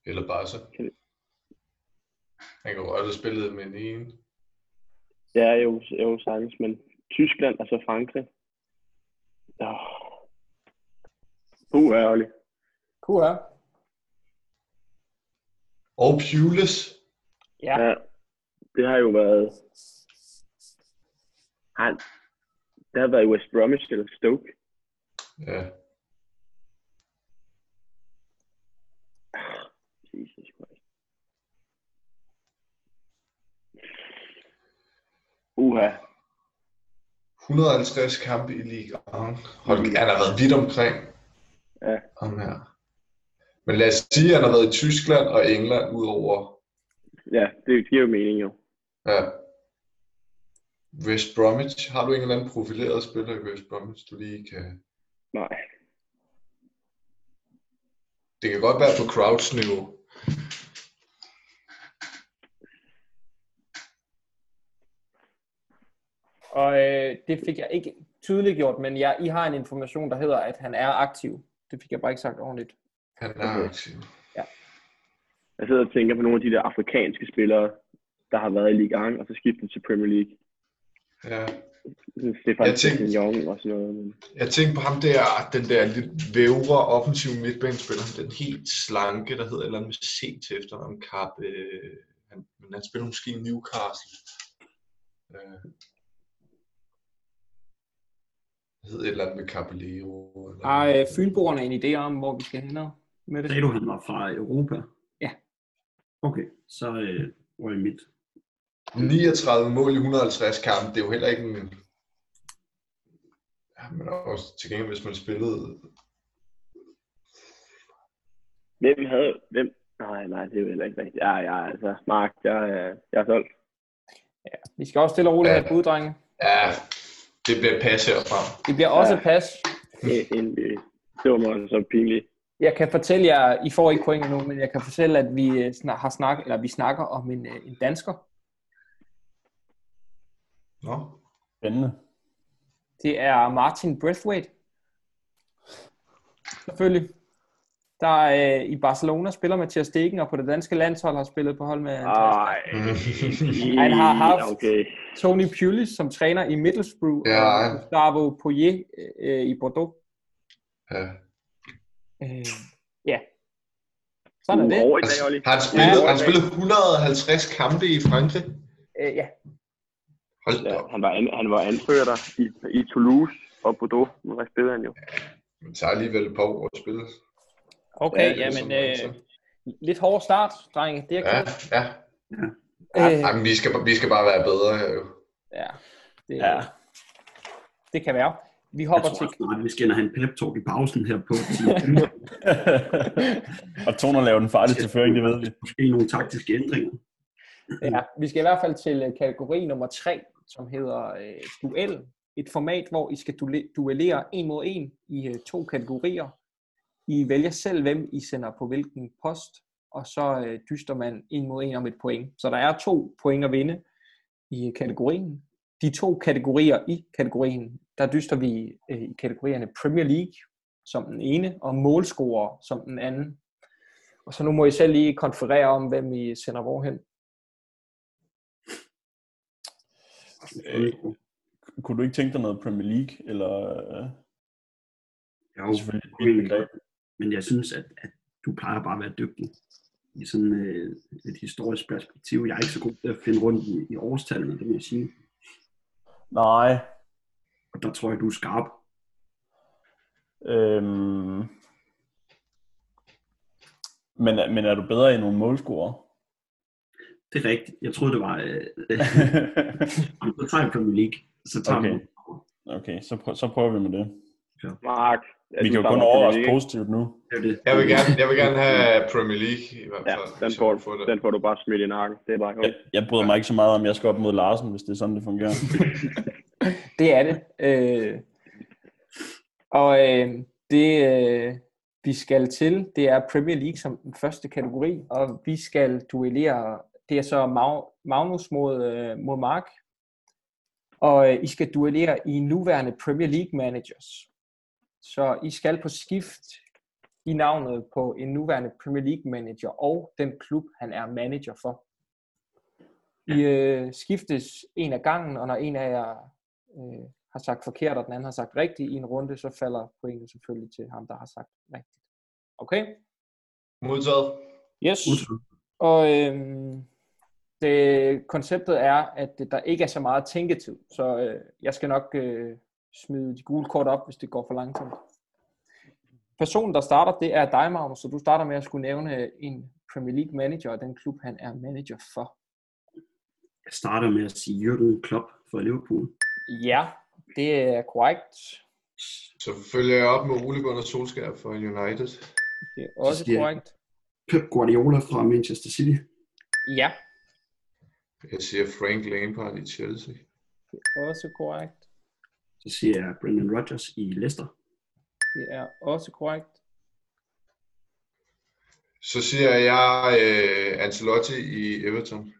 [SPEAKER 2] Eller bare så. Han kan godt have spillet med en.
[SPEAKER 5] Ja, jo, jo sagtens, men Tyskland og så Frankrig. Åh. Uh, ærgerligt.
[SPEAKER 1] Kunne jeg?
[SPEAKER 2] Og Pulis.
[SPEAKER 1] Ja.
[SPEAKER 5] Ja, det har jo været... Han, det har været i West Bromwich eller Stoke.
[SPEAKER 2] Ja.
[SPEAKER 5] Jesus Christ. Uha.
[SPEAKER 2] 150 kampe i ligaen. Hold, han har været vidt omkring.
[SPEAKER 5] Mm. Ja.
[SPEAKER 2] Om her. Men lad os sige, at han har været i Tyskland og England udover
[SPEAKER 5] Ja, det giver jo mening jo.
[SPEAKER 2] ja. West Bromwich. Har du en eller anden profileret spiller i West Bromwich, du lige kan...
[SPEAKER 5] Nej.
[SPEAKER 2] Det kan godt være på crowds niveau.
[SPEAKER 1] Og øh, det fik jeg ikke tydeliggjort, men jeg, I har en information, der hedder, at han er aktiv. Det fik jeg bare ikke sagt ordentligt.
[SPEAKER 2] Han er
[SPEAKER 5] Okay.
[SPEAKER 2] aktiv.
[SPEAKER 5] Jeg sidder og tænker på nogle af de der afrikanske spillere, der har været i Ligue 1 og så skiftet til Premier League.
[SPEAKER 2] Ja.
[SPEAKER 5] Sådan Stefan
[SPEAKER 2] Jeg tænkte-
[SPEAKER 5] Signon og sådan noget. Men...
[SPEAKER 2] Jeg tænkte på ham der, den der lidt vævre offensive midtbanespiller, den helt slanke, der hedder et eller andet med C til efternavn, Kap. Øh, han, men han spiller måske i Newcastle. Øh, det hedder et eller andet med Capellero. Eller
[SPEAKER 1] Har øh, fynboerne en idé om, hvor vi skal hen og med det?
[SPEAKER 4] Sagde du, han var fra Europa?
[SPEAKER 1] Ja.
[SPEAKER 4] Okay, så øh, var jeg mit.
[SPEAKER 2] 39 mål i 150 kampe, det er jo heller ikke en... Ja, men også til gengæld, hvis man spillede...
[SPEAKER 5] Hvem havde... Hvem? Nej, nej, det er jo heller ikke rigtigt. Ja, ja, altså, Mark, jeg, er- jeg er solgt.
[SPEAKER 1] Vi skal også stille og roligt
[SPEAKER 2] Ja.
[SPEAKER 1] have et bud, drenge.
[SPEAKER 2] Ja, det bliver pas herfra.
[SPEAKER 1] Det bliver også
[SPEAKER 5] Ja.
[SPEAKER 1] et pas.
[SPEAKER 5] En, en, øh, det var mig så pinligt.
[SPEAKER 1] Jeg kan fortælle jer, I får ikke point endnu, men jeg kan fortælle, at vi, øh, snak, har snak, eller vi snakker om en, øh, en dansker.
[SPEAKER 2] Nå,
[SPEAKER 3] Spændende.
[SPEAKER 1] Det er Martin Breathwaite. Selvfølgelig. Der øh, i Barcelona spiller med Ter Stegen, og på det danske landshold har spillet på hold med
[SPEAKER 5] Ej.
[SPEAKER 1] Han har haft-
[SPEAKER 5] Okay.
[SPEAKER 1] Tony Pulis som træner i Middlesbrough
[SPEAKER 2] Ja.
[SPEAKER 1] og Gustavo Poirier øh, i Bordeaux.
[SPEAKER 2] ja.
[SPEAKER 1] Øh, ja. Sådan er det.
[SPEAKER 5] Over i dag, Olli.
[SPEAKER 2] Har han spillet,
[SPEAKER 1] Ja.
[SPEAKER 2] har han spillet 150 kampe i Frankrig?
[SPEAKER 1] Øh, ja.
[SPEAKER 2] Hold da
[SPEAKER 5] Ja,
[SPEAKER 2] op.
[SPEAKER 5] han, var, an, han var anfører der i, i Toulouse og Bordeaux. Nu der spillede han jo.
[SPEAKER 2] Det tager alligevel et par år at spille.
[SPEAKER 1] Okay,
[SPEAKER 2] Ja,
[SPEAKER 1] ja,
[SPEAKER 2] det er
[SPEAKER 1] jamen,
[SPEAKER 2] sådan,
[SPEAKER 1] øh, lidt hård start, drenge. Det er
[SPEAKER 2] Ja,
[SPEAKER 1] klart.
[SPEAKER 2] ja.
[SPEAKER 1] Øh,
[SPEAKER 2] Jamen, vi, skal, vi skal bare være bedre her jo.
[SPEAKER 1] ja. Det,
[SPEAKER 3] Ja.
[SPEAKER 1] det kan være. Vi
[SPEAKER 4] Jeg
[SPEAKER 1] hopper
[SPEAKER 4] tror
[SPEAKER 1] til...
[SPEAKER 4] også snart, vi skal ind og have en pep talk i pausen her på.
[SPEAKER 3] og Toner laver den farligste føring, det ved vi.
[SPEAKER 4] Måske nogle taktiske ændringer.
[SPEAKER 1] Ja, vi skal i hvert fald til øh, kategori nummer 3, som hedder øh, duel. Et format, hvor I skal duele- duellere en mod en i øh, to kategorier. I vælger selv, hvem I sender på hvilken post, og så øh, dyster man en mod en om et point. Så der er to point at vinde i øh, kategorien. De to kategorier i kategorien der dyster vi øh, i kategorierne Premier League som den ene, og målscorer som den anden. Og så nu må I selv lige konferere om, hvem I sender hvorhen.
[SPEAKER 3] Øh, kunne du ikke tænke dig noget Premier League? Eller, øh,
[SPEAKER 4] Jeg
[SPEAKER 3] det er
[SPEAKER 4] er
[SPEAKER 3] selvfølgelig et
[SPEAKER 4] jo,
[SPEAKER 3] begreb.
[SPEAKER 4] men jeg synes, at, at du plejer bare at være dygtig. I sådan øh, et historisk perspektiv. Jeg er ikke så god til at finde rundt i, i årstallene, det må jeg sige.
[SPEAKER 3] Nej.
[SPEAKER 4] Og der tror jeg, du er skarp.
[SPEAKER 3] Øhm, men, er- men er du bedre end nogle målscorer?
[SPEAKER 4] Det er rigtigt. Jeg troede, det var... Øh, så tager jeg Premier League. Så tager
[SPEAKER 3] Okay.
[SPEAKER 4] okay.
[SPEAKER 3] okay, så, prø- så prøver vi med det.
[SPEAKER 5] Mark. er
[SPEAKER 3] Vi
[SPEAKER 5] du
[SPEAKER 3] kan jo
[SPEAKER 5] sammen
[SPEAKER 3] kun
[SPEAKER 5] med
[SPEAKER 3] overraske
[SPEAKER 5] Premier League?
[SPEAKER 3] positivt nu.
[SPEAKER 4] Det er det.
[SPEAKER 2] Jeg vil gerne, jeg vil gerne have Premier League i hvert
[SPEAKER 5] Ja,
[SPEAKER 2] fald.
[SPEAKER 5] den
[SPEAKER 2] hvis jeg
[SPEAKER 5] får,
[SPEAKER 2] kan få det.
[SPEAKER 5] den får du bare smidt i nakken. Det er bare
[SPEAKER 3] Jeg, jeg bryder mig ikke så meget om, jeg skal op mod Larsen, hvis det er sådan, det fungerer.
[SPEAKER 1] Det er det. Øh, og øh, det øh, vi skal til, det er Premier League som den første kategori, og vi skal duellere, det er så Mag- Magnus mod, øh, mod Mark, og øh, I skal duellere i nuværende Premier League managers. Så I skal på skift i navnet på en nuværende Premier League manager og den klub, han er manager for. I øh, skiftes en af gangen, og når en af jer øh, har sagt forkert, og den anden har sagt rigtigt i en runde, så falder pointet selvfølgelig til ham, der har sagt rigtigt. Okay?
[SPEAKER 2] Modtaget.
[SPEAKER 1] Yes. Og øhm, det, konceptet er, at der ikke er så meget tænketid, så øh, jeg skal nok øh, smide de gule kort op, hvis det går for langsomt. Personen, der starter, det er dig, Magnus, så du starter med at skulle nævne en Premier League manager, og den klub, han er manager for.
[SPEAKER 4] Jeg starter med at sige Jürgen Klopp for Liverpool.
[SPEAKER 1] Ja, det er korrekt.
[SPEAKER 2] Så følger jeg op med Ole Gunnar Solskjaer for United.
[SPEAKER 1] Det er også
[SPEAKER 4] siger jeg-
[SPEAKER 1] korrekt.
[SPEAKER 4] Pep Guardiola fra Manchester City.
[SPEAKER 1] Ja,
[SPEAKER 2] Jeg siger Frank Lampard i Chelsea.
[SPEAKER 1] også korrekt.
[SPEAKER 4] Så siger jeg Brendan Rodgers i Leicester.
[SPEAKER 1] Det er også korrekt.
[SPEAKER 2] Så siger jeg øh, Ancelotti i Everton.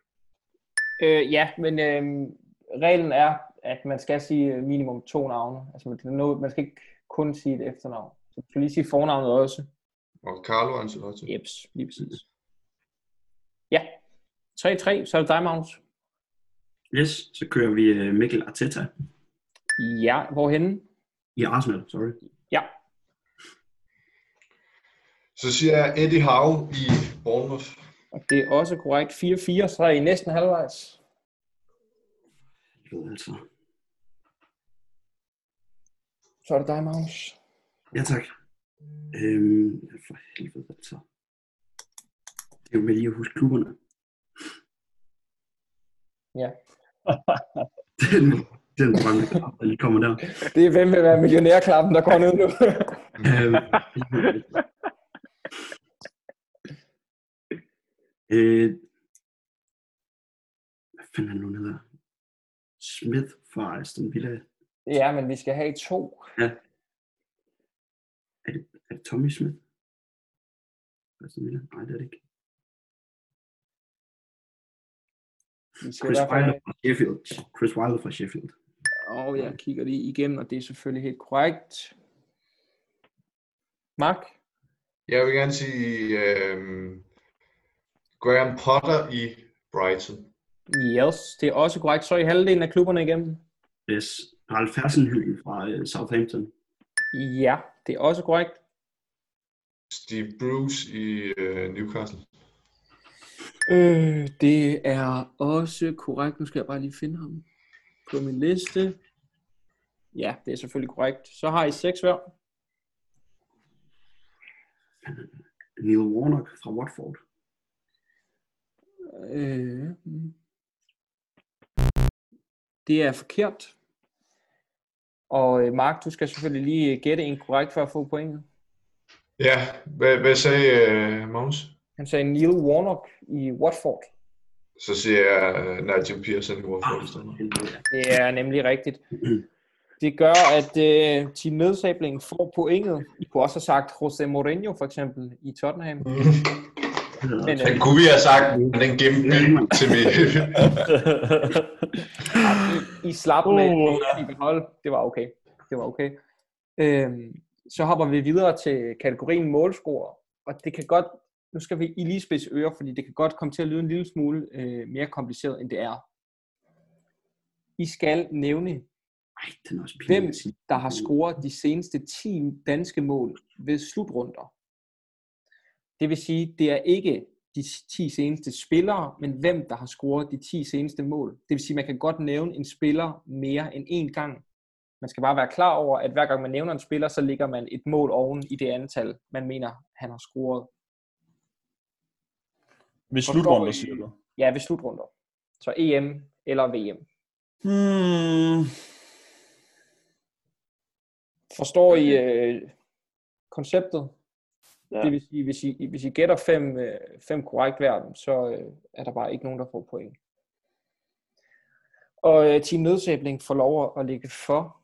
[SPEAKER 1] Øh, ja, men øh, reglen er, at man skal sige øh, minimum to navne. Altså, man, kan nå- man skal ikke kun sige et efternavn. Så du skal lige sige fornavnet også.
[SPEAKER 2] Og Carlo Ancelotti.
[SPEAKER 1] Jeps, lige præcis. Ja, 3-3, så er det dig, Magnus.
[SPEAKER 4] Yes, så kører vi øh, Mikkel Arteta
[SPEAKER 1] Ja, hvorhenne?
[SPEAKER 4] i Arsenal, sorry.
[SPEAKER 1] Ja,
[SPEAKER 2] Så siger jeg Eddie Howe i Bournemouth.
[SPEAKER 1] og det er også korrekt. 4-4, så er I næsten halvvejs.
[SPEAKER 4] Jeg ved Altså.
[SPEAKER 1] Så er det dig, Magnus.
[SPEAKER 4] Ja, tak. Øhm, for helvede altså. Det er jo med lige at huske klubberne.
[SPEAKER 1] Ja.
[SPEAKER 4] den, den drømme, der lige kommer der.
[SPEAKER 1] Det er hvem vil være millionærklappen, der går ned nu.
[SPEAKER 4] Øhm, øh, hvad fanden er det nu, han hedder? Smith fra Aston Villa.
[SPEAKER 1] ja, men vi skal have to.
[SPEAKER 4] Er det Tommy Smith? Aston Villa? Nej, det er det ikke.
[SPEAKER 1] Vi skal i
[SPEAKER 4] Chris
[SPEAKER 1] hvert fald
[SPEAKER 4] Wilder
[SPEAKER 1] have-
[SPEAKER 4] fra Sheffield. Chris Wilder fra Sheffield.
[SPEAKER 1] Og jeg kigger lige igennem, og det er selvfølgelig helt korrekt. Mark?
[SPEAKER 2] Jeg vil gerne sige øh, Graham Potter i Brighton.
[SPEAKER 1] Yes, det er også korrekt. Så er I halvdelen af klubberne igennem?
[SPEAKER 4] Yes. Ralf Fersenhyen fra øh, Southampton.
[SPEAKER 1] Ja, det er også korrekt.
[SPEAKER 2] Steve Bruce i øh, Newcastle.
[SPEAKER 1] Øh, det er også korrekt. Nu skal jeg bare lige finde ham på min liste. Ja, det er selvfølgelig korrekt. Så har I seks hver.
[SPEAKER 4] Neil Warnock fra Watford.
[SPEAKER 1] Øh, mm. det er forkert. Og øh, Mark, du skal selvfølgelig lige gætte en korrekt for at få pointet.
[SPEAKER 2] Ja, hvad, hvad sagde øh, Magnus?
[SPEAKER 1] Han sagde Neil Warnock i Watford.
[SPEAKER 2] Så siger jeg øh, Nigel Pearson i
[SPEAKER 4] Ah,
[SPEAKER 2] Watford. i
[SPEAKER 4] for
[SPEAKER 2] stedet.
[SPEAKER 4] helvede, ja.
[SPEAKER 1] Det er nemlig rigtigt. Det gør, at øh, Team Nedsablingen får pointet. I kunne også have sagt José Mourinho for eksempel i Tottenham.
[SPEAKER 4] Det hedder-
[SPEAKER 1] Men
[SPEAKER 2] Den
[SPEAKER 1] øh,
[SPEAKER 2] kunne vi have sagt, men den gemte vi til mig.
[SPEAKER 1] øh, I slap med uh, i behold. Det var okay. det var okay. Øhm, så hopper vi videre til kategorien målscorer, og det kan godt, nu skal vi i lige spidse ører, fordi det kan godt komme til at lyde en lille smule øh, mere kompliceret, end det er. I skal nævne,
[SPEAKER 4] Ej, den er også pinlig.
[SPEAKER 1] hvem der har scoret de seneste 10 danske mål ved slutrunder. Det vil sige, det er ikke de 10 seneste spillere, men hvem der har scoret de 10 seneste mål. Det vil sige, man kan godt nævne en spiller mere end én gang. Man skal bare være klar over, at hver gang man nævner en spiller, så ligger man et mål oven i det antal, man mener, han har scoret.
[SPEAKER 3] Ved
[SPEAKER 1] Forstår
[SPEAKER 3] slutrunder,
[SPEAKER 1] I-
[SPEAKER 3] siger du.
[SPEAKER 1] Ja, ved slutrunder. Så EM eller VM.
[SPEAKER 3] Hmm.
[SPEAKER 1] Forstår I øh, konceptet?
[SPEAKER 5] Ja.
[SPEAKER 1] Ja. Det vil sige, hvis I, hvis I gætter fem, øh, fem korrekt hver, af dem, så øh, er der bare ikke nogen, der får point. Og øh, Team Nødsæbling får lov at- at ligge for.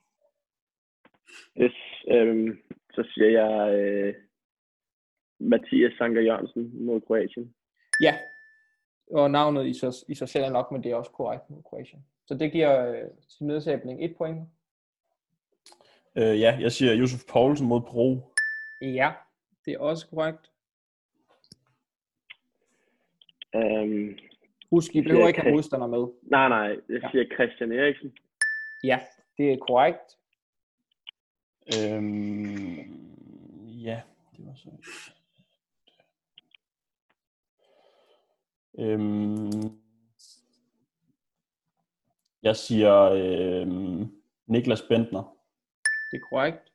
[SPEAKER 5] Yes, øhm, så siger jeg øh, Mathias Sanker Jørgensen mod Kroatien.
[SPEAKER 1] Ja, og navnet i sig, i sig selv er nok, men det er også korrekt mod Kroatien. Så det giver øh, Team Nødsæbling et point.
[SPEAKER 3] Øh, ja, jeg siger Josef Poulsen mod Bro.
[SPEAKER 1] Ja, det er også korrekt.
[SPEAKER 5] Øhm,
[SPEAKER 1] Husk, I behøver
[SPEAKER 5] Ja,
[SPEAKER 1] ikke have
[SPEAKER 5] okay.
[SPEAKER 1] modstander med.
[SPEAKER 5] nej, nej, jeg
[SPEAKER 1] Ja.
[SPEAKER 5] siger Christian Eriksen.
[SPEAKER 1] Ja, det er korrekt.
[SPEAKER 3] Øhm, ja, det var så. Øhm, jeg siger øhm, Niklas Bentner.
[SPEAKER 1] Det er korrekt.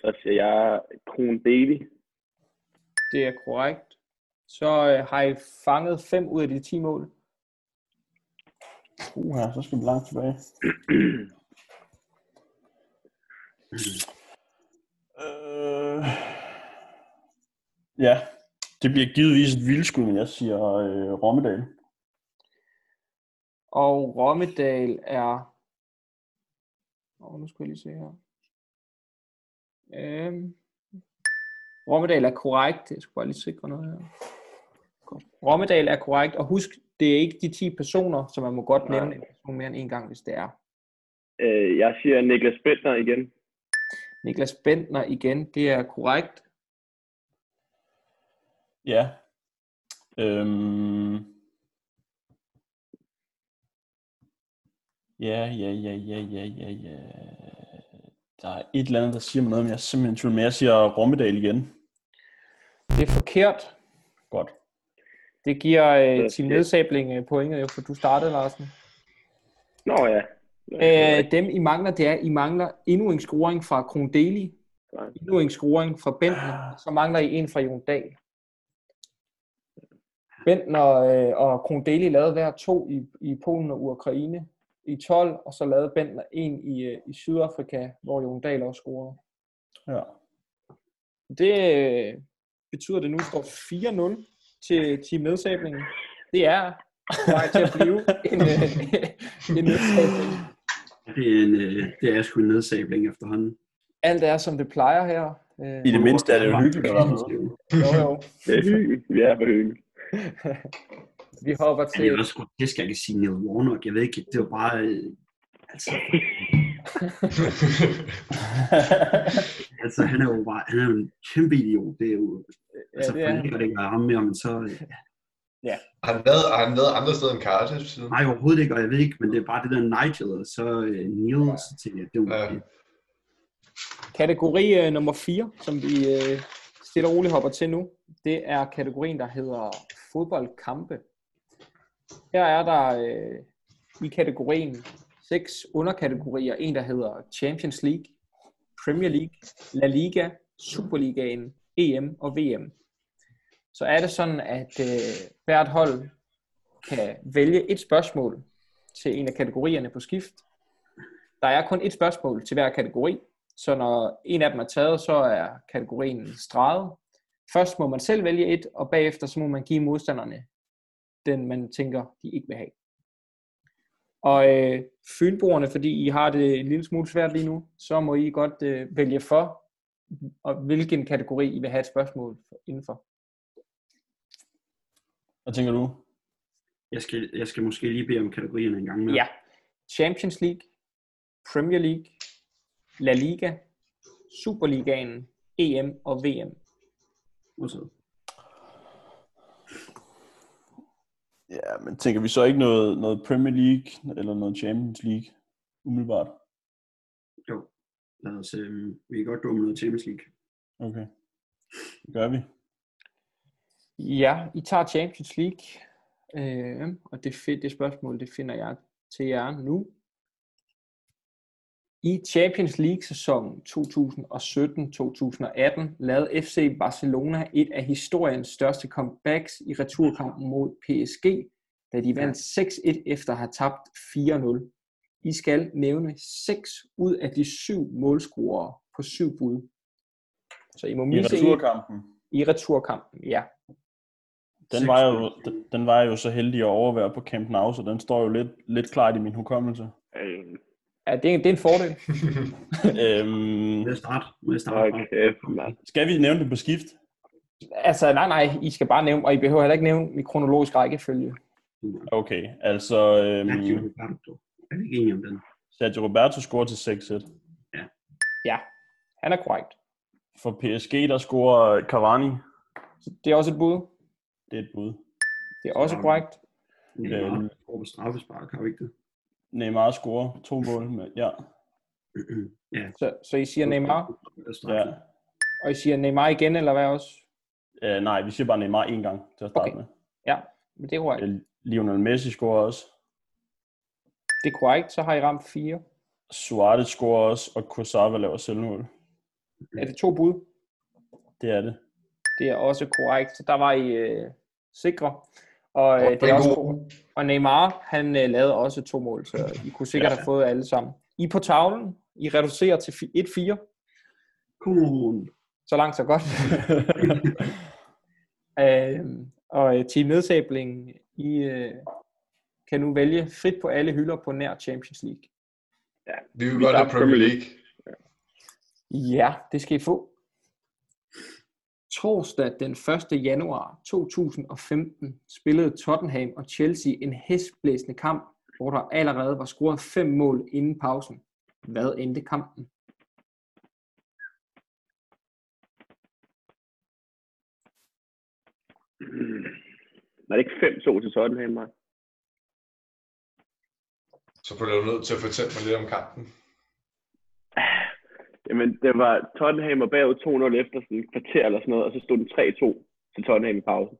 [SPEAKER 5] Så siger jeg Kron Deli.
[SPEAKER 1] Det er korrekt. Så øh, har I fanget 5 ud af de 10 mål.
[SPEAKER 3] Uha, så skal vi langt tilbage. øh, ja, det bliver givetvis et vildskud, men jeg siger øh, Rommedal.
[SPEAKER 1] Og Rommedal er... Åh, nu skal jeg lige se her. Øhm. Rommedal er korrekt. Jeg skal bare lige sikre noget her. Godt. Rommedal er korrekt. Og husk, det er ikke de 10 personer, så man må godt
[SPEAKER 5] Nej.
[SPEAKER 1] nævne en person mere end en gang, hvis det er.
[SPEAKER 5] Øh, jeg siger Niklas Bentner igen.
[SPEAKER 1] Niklas Bentner igen, det er korrekt.
[SPEAKER 3] Ja. Øhm. Ja, ja, ja, ja, ja, ja, ja. Der er et eller andet, der siger mig noget, men jeg er simpelthen i tvivl. Men jeg siger Rommedal igen.
[SPEAKER 1] Det er forkert.
[SPEAKER 3] Godt.
[SPEAKER 1] Det giver øh,
[SPEAKER 5] Det-
[SPEAKER 1] Team
[SPEAKER 5] det-
[SPEAKER 1] Nedsabling øh, pointet, jo, for du startede, Larsen.
[SPEAKER 5] Nå ja.
[SPEAKER 1] Øh, dem I mangler, det er, I mangler endnu en scoring fra Kron Deli,
[SPEAKER 5] Nej. Ah.
[SPEAKER 1] endnu en scoring fra Bentner, og så mangler I en fra Jon Dahl. Bentner øh, og Kron Deli lavede hver to i, i Polen og Ukraine i 12, og så lavede Bentner en i, øh, i Sydafrika, hvor Jon Dahl også scorede.
[SPEAKER 3] Ja.
[SPEAKER 1] Det øh, betyder, at det nu står 4-0 til Team Nedsablingen. Det er vej til at blive en, øh, en nedsabling.
[SPEAKER 4] Det er, en, øh, det er sgu en nedsabling efterhånden.
[SPEAKER 1] Alt er, som det plejer her. Øh,
[SPEAKER 3] I det mindste er det jo hyggeligt at være med.
[SPEAKER 1] Jo, jo.
[SPEAKER 5] Det er hyggeligt. Vi er for hyggeligt.
[SPEAKER 1] Vi hopper
[SPEAKER 4] Men det er
[SPEAKER 1] til...
[SPEAKER 4] også grotesk, jeg kan sige Neil Warnock. Jeg ved ikke, det var bare... Øh, altså, altså, han er jo bare han er jo en kæmpe idiot. Det er jo... Altså,
[SPEAKER 1] Ja, det er
[SPEAKER 4] for det ikke være ham mere, men så... øh,
[SPEAKER 2] har, han været, har han været andre steder end Cardiff siden?
[SPEAKER 4] Nej, overhovedet ikke, og jeg ved ikke, men det er bare det der Nigel, og så øh, Neil, så tænkte jeg, det var...
[SPEAKER 2] Ja.
[SPEAKER 1] kategori øh, nummer 4, som vi øh, stille og roligt hopper til nu. Det er kategorien, der hedder fodboldkampe. Her er der øh, i kategorien seks underkategorier. En, der hedder Champions League, Premier League, La Liga, Superligaen, EM og VM. Så er det sådan, at øh, hvert hold kan vælge et spørgsmål til en af kategorierne på skift. Der er kun et spørgsmål til hver kategori, så når en af dem er taget, så er kategorien streget. Først må man selv vælge et, og bagefter så må man give modstanderne den, man tænker, de ikke vil have. Og øh, fynboerne, fordi I har det en lille smule svært lige nu, så må I godt øh, vælge for, og hvilken kategori I vil have et spørgsmål indenfor.
[SPEAKER 3] Hvad tænker du?
[SPEAKER 4] Jeg skal, jeg skal måske lige bede om kategorierne en gang mere.
[SPEAKER 1] Ja. Champions League, Premier League, La Liga, Superligaen, EM og VM.
[SPEAKER 4] Og så.
[SPEAKER 3] Ja, men tænker vi så ikke noget, noget Premier League eller noget Champions League? Umiddelbart.
[SPEAKER 4] Jo, lad os, øh, vi kan godt gå med noget Champions League.
[SPEAKER 3] Okay. Det gør vi.
[SPEAKER 1] Ja, I tager Champions League, øh, og det, fi- det spørgsmål, det finder jeg til jer nu. I Champions League-sæsonen 2017-2018 lavede FC Barcelona et af historiens største comebacks i returkampen mod PSG, da de vandt 6-1 efter at have tabt 4-0. I skal nævne 6 ud af de syv målscorer på syv bud. Så I må
[SPEAKER 3] I
[SPEAKER 1] misse en
[SPEAKER 3] returkampen.
[SPEAKER 1] i returkampen, ja.
[SPEAKER 3] Den
[SPEAKER 4] Seks
[SPEAKER 3] var, jo,
[SPEAKER 4] point.
[SPEAKER 3] den, den var jeg jo så heldig at overvære på Camp Nou, så den står jo lidt, lidt klart i min hukommelse.
[SPEAKER 5] Øh,
[SPEAKER 1] ja det, er, det er en fordel.
[SPEAKER 3] øhm,
[SPEAKER 4] Må jeg starte? Må jeg starte?
[SPEAKER 5] hold kæft, mand.
[SPEAKER 3] skal vi nævne det på skift?
[SPEAKER 1] Altså, nej, nej, I skal bare nævne, og I behøver heller ikke nævne i kronologisk rækkefølge.
[SPEAKER 3] Okay, altså
[SPEAKER 4] Ja,
[SPEAKER 3] øhm,
[SPEAKER 4] Ricardo. Er vi ikke enige om den?
[SPEAKER 3] Sergio Roberto scorer til 6-1.
[SPEAKER 1] Ja, han er korrekt.
[SPEAKER 3] For PSG, der scorer Cavani.
[SPEAKER 1] Så det er også et bud.
[SPEAKER 3] Det er et bud.
[SPEAKER 1] Det er også
[SPEAKER 4] Sådan.
[SPEAKER 1] korrekt.
[SPEAKER 4] Neymar går på straffespark, har vi ikke det?
[SPEAKER 3] Neymar scorer to mål. Med, ja,
[SPEAKER 1] Så, så I siger Neymar,
[SPEAKER 3] ja.
[SPEAKER 4] Ja.
[SPEAKER 1] og I siger Neymar igen, eller hvad også?
[SPEAKER 3] Øh, nej, vi siger bare Neymar én gang til at starte
[SPEAKER 1] Okay.
[SPEAKER 3] med.
[SPEAKER 1] Men det er korrekt.
[SPEAKER 3] Øh, Lionel Messi scorer også.
[SPEAKER 1] Det er korrekt, så har I ramt fire.
[SPEAKER 3] Suarez scorer også, og Kurzawa laver selvmål.
[SPEAKER 1] Er det to bud?
[SPEAKER 3] Det er det.
[SPEAKER 1] Det er også korrekt. Så der var I øh, sikre. Og øh, det er
[SPEAKER 2] Bingo.
[SPEAKER 1] også korrekt. Og Neymar, han øh, lavede også to mål, så I kunne sikkert
[SPEAKER 3] Ja.
[SPEAKER 1] have fået alle sammen. I er på tavlen. I reducerer til fi- 1-4.
[SPEAKER 4] Kom on.
[SPEAKER 1] Så langt, så godt. Øh, og øh, Team Nedsabling, I øh, kan nu vælge frit på alle hylder på nær Champions League.
[SPEAKER 2] Vi vil
[SPEAKER 5] Vi
[SPEAKER 2] godt
[SPEAKER 5] tager
[SPEAKER 2] have Premier League.
[SPEAKER 1] Ja, det skal I få. Torsdag den 1. januar 2015 spillede Tottenham og Chelsea en hestblæsende kamp, hvor der allerede var scoret fem mål inden pausen. Hvad endte kampen?
[SPEAKER 5] Var det ikke 5-2 til Tottenham, mand?
[SPEAKER 2] Så bliver du nødt til at fortælle mig lidt om kampen.
[SPEAKER 5] Jamen, det var Tottenham og bagud 2-0 efter sådan et kvarter eller sådan noget, og så stod den 3-2 til Tottenham i pausen.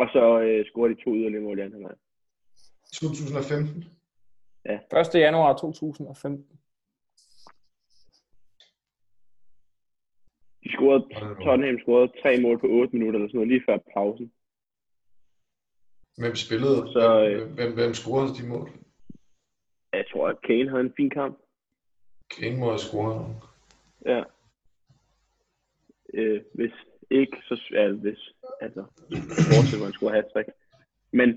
[SPEAKER 5] Og så øh, scorede de to yderligere mål i anden halvleg.
[SPEAKER 2] 2015.
[SPEAKER 1] 1. januar 2015.
[SPEAKER 5] De scorede,
[SPEAKER 2] Hold da op.
[SPEAKER 5] Tottenham scorede tre mål på 8 minutter eller sådan noget, lige før pausen.
[SPEAKER 2] Hvem spillede?
[SPEAKER 5] Så, øh,
[SPEAKER 2] hvem, hvem, hvem scorede de mål?
[SPEAKER 5] Jeg tror, at Kane havde en fin kamp.
[SPEAKER 2] Kane må have scoret.
[SPEAKER 5] Ja. Øh, hvis ikke, så ja, hvis, altså, fortsætter man skulle have hat Men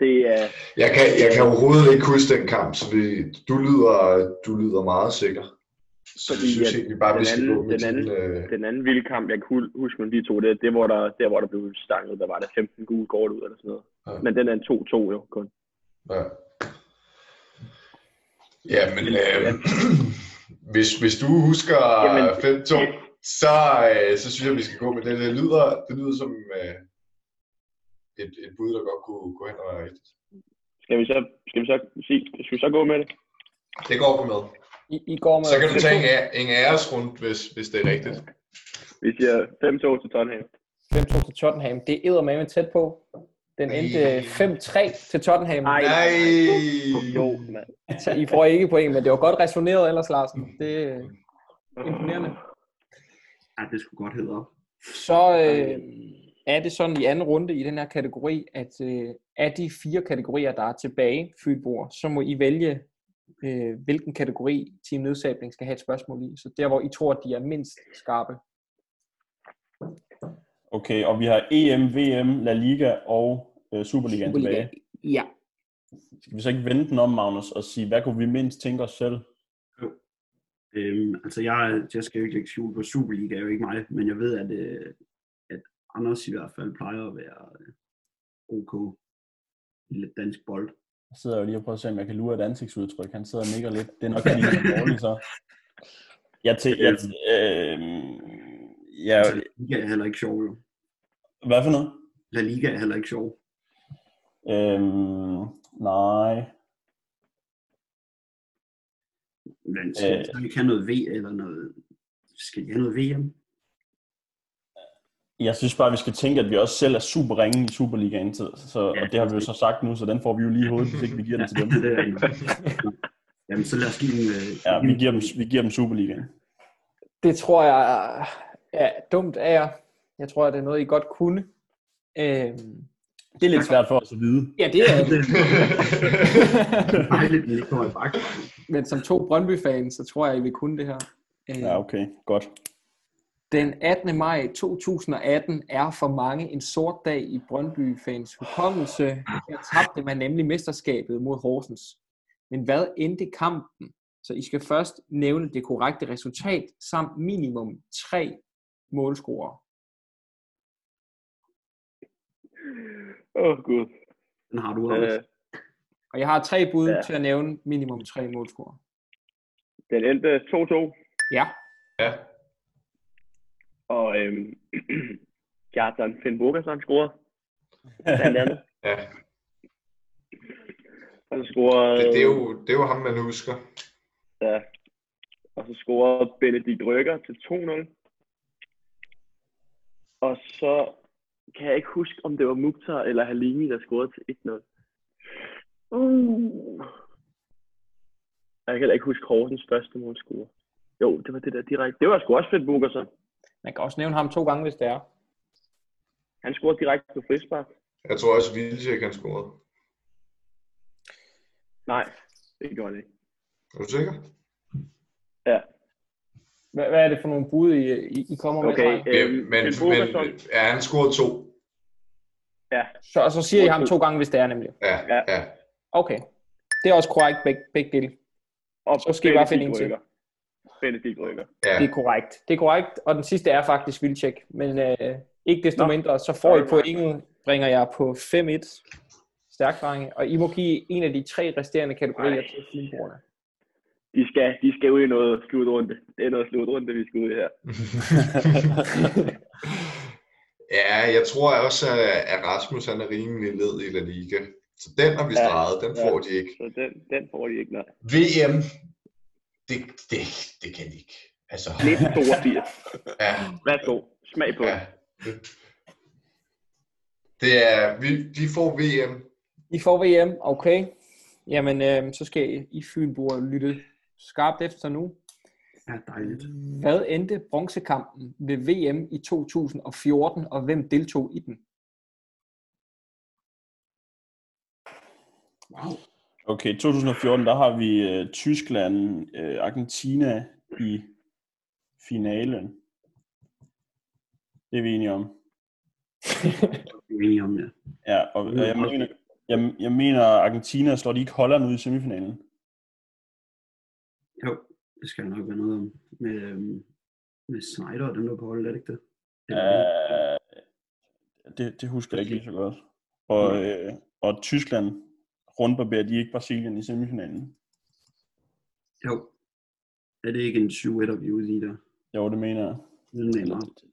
[SPEAKER 5] det er,
[SPEAKER 2] Jeg kan, jeg kan overhovedet ikke huske den kamp, så vi, du, lyder, du lyder meget sikker. Så Fordi
[SPEAKER 5] Fordi
[SPEAKER 2] jeg synes
[SPEAKER 5] at
[SPEAKER 2] egentlig bare,
[SPEAKER 5] den
[SPEAKER 2] vi skal
[SPEAKER 5] anden-
[SPEAKER 2] gå med
[SPEAKER 5] den anden-
[SPEAKER 2] din, øh,
[SPEAKER 5] den anden vilde kamp, jeg kan hu- huske med de to, det er det, hvor der, der, hvor der blev stanget, der var der 15 gule kort ud eller sådan noget.
[SPEAKER 2] Ja.
[SPEAKER 5] Ja. Men den er en 2-2 jo kun.
[SPEAKER 2] Ja. Ja, men øh, hvis, hvis du husker
[SPEAKER 5] Jamen,
[SPEAKER 2] 5-2, så, øh, så synes jeg, vi skal gå med det. Det lyder, det lyder som øh, et, et bud, der godt kunne gå hen og være rigtigt.
[SPEAKER 5] Skal vi så, skal vi så, sige, skal vi så gå med det?
[SPEAKER 2] Det går vi med.
[SPEAKER 1] I, I går med
[SPEAKER 2] Så kan du tage en, æ- en æresrund, hvis, hvis det er rigtigt.
[SPEAKER 5] Vi siger 5-2 til Tottenham.
[SPEAKER 1] 5-2 til Tottenham. Det er med tæt på. Den
[SPEAKER 2] Ej.
[SPEAKER 1] endte 5-3 til Tottenham.
[SPEAKER 5] Ej.
[SPEAKER 2] Nej!
[SPEAKER 5] Jo, mand.
[SPEAKER 1] Så I får ikke point, men det var godt resoneret ellers, Larsen. Det er øh, imponerende.
[SPEAKER 4] Ja, det skulle godt hedde op.
[SPEAKER 1] Så øh, er det sådan i anden runde i den her kategori, at øh, af de fire kategorier, der er tilbage, Fynbord, så må I vælge, øh, hvilken kategori Team Nedsabling skal have et spørgsmål i. Så der, hvor I tror, at de er mindst skarpe.
[SPEAKER 3] Okay, og vi har E EM, VM, La Liga og øh, Superligaen
[SPEAKER 1] Superliga.
[SPEAKER 3] tilbage.
[SPEAKER 1] Ja.
[SPEAKER 3] Skal vi så ikke vende den om, Magnus, og sige, hvad kunne vi mindst tænke os selv?
[SPEAKER 4] Øhm, altså, jeg, jeg skal jo ikke lægge skjul på Superliga, er jo ikke mig, men jeg ved, at, øh, at Anders i hvert fald plejer at være øh, ok i lidt dansk bold.
[SPEAKER 3] Jeg sidder jo lige og prøver at se, om jeg kan lure et ansigtsudtryk. Han sidder og nikker lidt. Det er nok fordi, han er dårlig, så. Jeg til, jeg, øh, jeg,
[SPEAKER 4] Altså, La Liga er heller ikke sjov, jo.
[SPEAKER 3] hvad for noget?
[SPEAKER 4] La Liga er heller ikke sjov.
[SPEAKER 3] Øhm, nej.
[SPEAKER 4] Men skal
[SPEAKER 3] Øh.
[SPEAKER 4] øh. ikke have noget V eller noget... Skal de have noget VM?
[SPEAKER 3] Jeg synes bare, vi skal tænke, at vi også selv er super ringe i Superligaen. Så, så, og det har vi jo så sagt nu, så den får vi jo lige i hovedet, hvis ikke vi giver den til dem.
[SPEAKER 4] det er ikke Jamen, så lad os give dem... Øh,
[SPEAKER 3] Ja, vi giver dem, vi giver dem Superligaen.
[SPEAKER 1] Det tror jeg øh, er dumt af jer. Jeg tror, det er noget, I godt kunne. Øhm,
[SPEAKER 3] Det er lidt svært for os at vide.
[SPEAKER 1] ja, det er det.
[SPEAKER 4] Dejligt, at den ikke kommer i bakken.
[SPEAKER 1] Men som to Brøndby-fans, så tror jeg, I vil kunne det her. Øh,
[SPEAKER 3] Ja, okay. Godt.
[SPEAKER 1] Den 18. maj 2018 er for mange en sort dag i Brøndby-fans hukommelse. Her tabte man nemlig mesterskabet mod Horsens. Men hvad endte kampen? Så I skal først nævne det korrekte resultat samt minimum tre målscorer.
[SPEAKER 5] Åh, oh, gud.
[SPEAKER 4] Den har du også.
[SPEAKER 5] Øh,
[SPEAKER 1] Og jeg har tre bud ja.
[SPEAKER 5] Ja.
[SPEAKER 1] til at nævne minimum tre målscorer.
[SPEAKER 5] den endte 2-2.
[SPEAKER 1] Ja,
[SPEAKER 2] Ja,
[SPEAKER 5] Og øhm, Kjartan Finn Burgersen scorede. Blandt andet.
[SPEAKER 2] ja.
[SPEAKER 5] Og så scorede,
[SPEAKER 2] Det, det, er jo, det er jo ham, man husker.
[SPEAKER 5] ja, og så scorede Benedikt Rykker til 2-0. Og så kan jeg ikke huske, om det var Mukhtar eller Halimi, der scorede til 1-0.
[SPEAKER 2] Mm.
[SPEAKER 5] Uh. Jeg kan heller ikke huske Horsens første målscorer. Jo, det var det der direkte. Det var sgu også altså. Finn Burgersen.
[SPEAKER 1] man kan også nævne ham to gange, hvis det er.
[SPEAKER 5] Han scorede direkte på frispark.
[SPEAKER 2] Jeg tror også, Vilcek han scorede.
[SPEAKER 5] Nej, det gjorde han ikke.
[SPEAKER 2] Er du sikker?
[SPEAKER 5] Ja,
[SPEAKER 1] Hvad, hvad er det for nogle bud, I, I- I kommer med?
[SPEAKER 5] okay.
[SPEAKER 1] drenge?
[SPEAKER 2] Ja,
[SPEAKER 5] Øhm,
[SPEAKER 2] men,
[SPEAKER 5] Finn
[SPEAKER 2] men
[SPEAKER 5] Burgerson.
[SPEAKER 2] ja, han scorede to.
[SPEAKER 5] Ja,
[SPEAKER 1] Så, og så siger I ham to gange, hvis det er nemlig.
[SPEAKER 2] Ja,
[SPEAKER 5] Ja.
[SPEAKER 2] ja. ja.
[SPEAKER 1] Okay. Det er også korrekt begge, begge dele.
[SPEAKER 5] og
[SPEAKER 1] Så skal I bare finde
[SPEAKER 5] Benedikt
[SPEAKER 1] en til.
[SPEAKER 5] Rykker. Benedikt Rykker.
[SPEAKER 2] ja.
[SPEAKER 1] Det er korrekt. Det er korrekt, og den sidste er faktisk Vilcek. Men øh, ikke desto
[SPEAKER 5] Nå.
[SPEAKER 1] mindre, så får I
[SPEAKER 5] Sorry.
[SPEAKER 1] pointet, bringer jeg på 5-1. Stærkt, drenge. Og I må give en af de tre resterende kategorier
[SPEAKER 5] Ej.
[SPEAKER 1] til Fynboerne.
[SPEAKER 5] De skal, de skal ud i noget slutrunde. Det er noget slutrunde, vi skal ud i her.
[SPEAKER 2] ja, jeg tror også, at- at Rasmus han er rimelig led i La Liga. Så den har vi
[SPEAKER 5] Ja,
[SPEAKER 2] streget, den
[SPEAKER 5] ja.
[SPEAKER 2] får de ikke.
[SPEAKER 5] Så den, den får de ikke, nej.
[SPEAKER 2] VM, det, det, det kan de ikke. Altså,
[SPEAKER 5] 1982.
[SPEAKER 2] ja,
[SPEAKER 5] Værsgo. Smag på.
[SPEAKER 2] ja.
[SPEAKER 5] Ja.
[SPEAKER 2] Det er, vi, de får VM.
[SPEAKER 1] I får VM, okay. Jamen, øh, så skal I- I Fynboer lytte skarpt efter nu.
[SPEAKER 4] Ja, dejligt.
[SPEAKER 1] Hvad endte bronzekampen ved VM i 2014, og hvem deltog i den?
[SPEAKER 3] Okay, 2014, der har vi øh, Tyskland, øh, Argentina i finalen. Det er vi enige om.
[SPEAKER 4] Vi er enige om, ja.
[SPEAKER 3] Ja, og, og jeg, mener, jeg, jeg mener, Argentina slår de ikke Holland ud i semifinalen.
[SPEAKER 4] Jo, det skal nok være noget om. Med, øhm, med Snyder, den der på holdet, er det ikke det? Eller-
[SPEAKER 3] Øh, det, det husker jeg ikke lige så godt. Og, øh, og Tyskland rundbarberer de ikke Brasilien i semifinalen.
[SPEAKER 4] Jo. Er det ikke en 7-1'er, vi er ude i der?
[SPEAKER 3] Jo, det mener jeg.
[SPEAKER 4] Den mener jeg.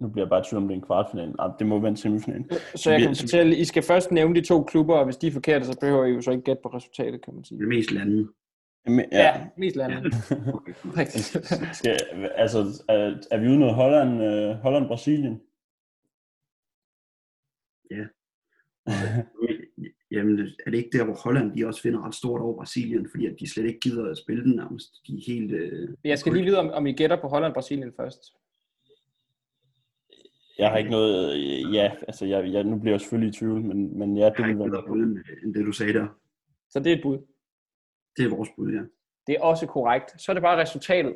[SPEAKER 3] Nu bliver jeg bare i tvivl om det er en kvartfinal. Nej, det må være en semifinal.
[SPEAKER 1] Så jeg kan
[SPEAKER 3] Vi-
[SPEAKER 1] fortælle, I skal først nævne de to klubber, og hvis de er forkerte, så behøver I jo så ikke gætte på resultatet, kan man sige.
[SPEAKER 4] Det er mest lande.
[SPEAKER 3] Men,
[SPEAKER 1] Ja, ja mest landet.
[SPEAKER 4] Okay.
[SPEAKER 1] Rigtigt.
[SPEAKER 3] Skal, altså, er, er vi ude noget Holland, øh, Holland Brasilien?
[SPEAKER 4] Jamen, er det ikke der, hvor Holland de også finder ret stort over Brasilien, fordi at de slet ikke gider at spille den nærmest? De er helt... Øh,
[SPEAKER 1] Jeg skal lige vide, om, om I gætter på Holland-Brasilien først.
[SPEAKER 3] Jeg har ikke noget... Øh, ja, altså, jeg, jeg, nu bliver jeg selvfølgelig i tvivl, men, men ja, det
[SPEAKER 4] har
[SPEAKER 3] vil
[SPEAKER 4] ikke
[SPEAKER 3] være...
[SPEAKER 4] bedre bud, end- end det, du sagde der.
[SPEAKER 1] Så det er et bud.
[SPEAKER 4] Det er vores bud, ja.
[SPEAKER 1] Det er også korrekt. Så er det bare resultatet.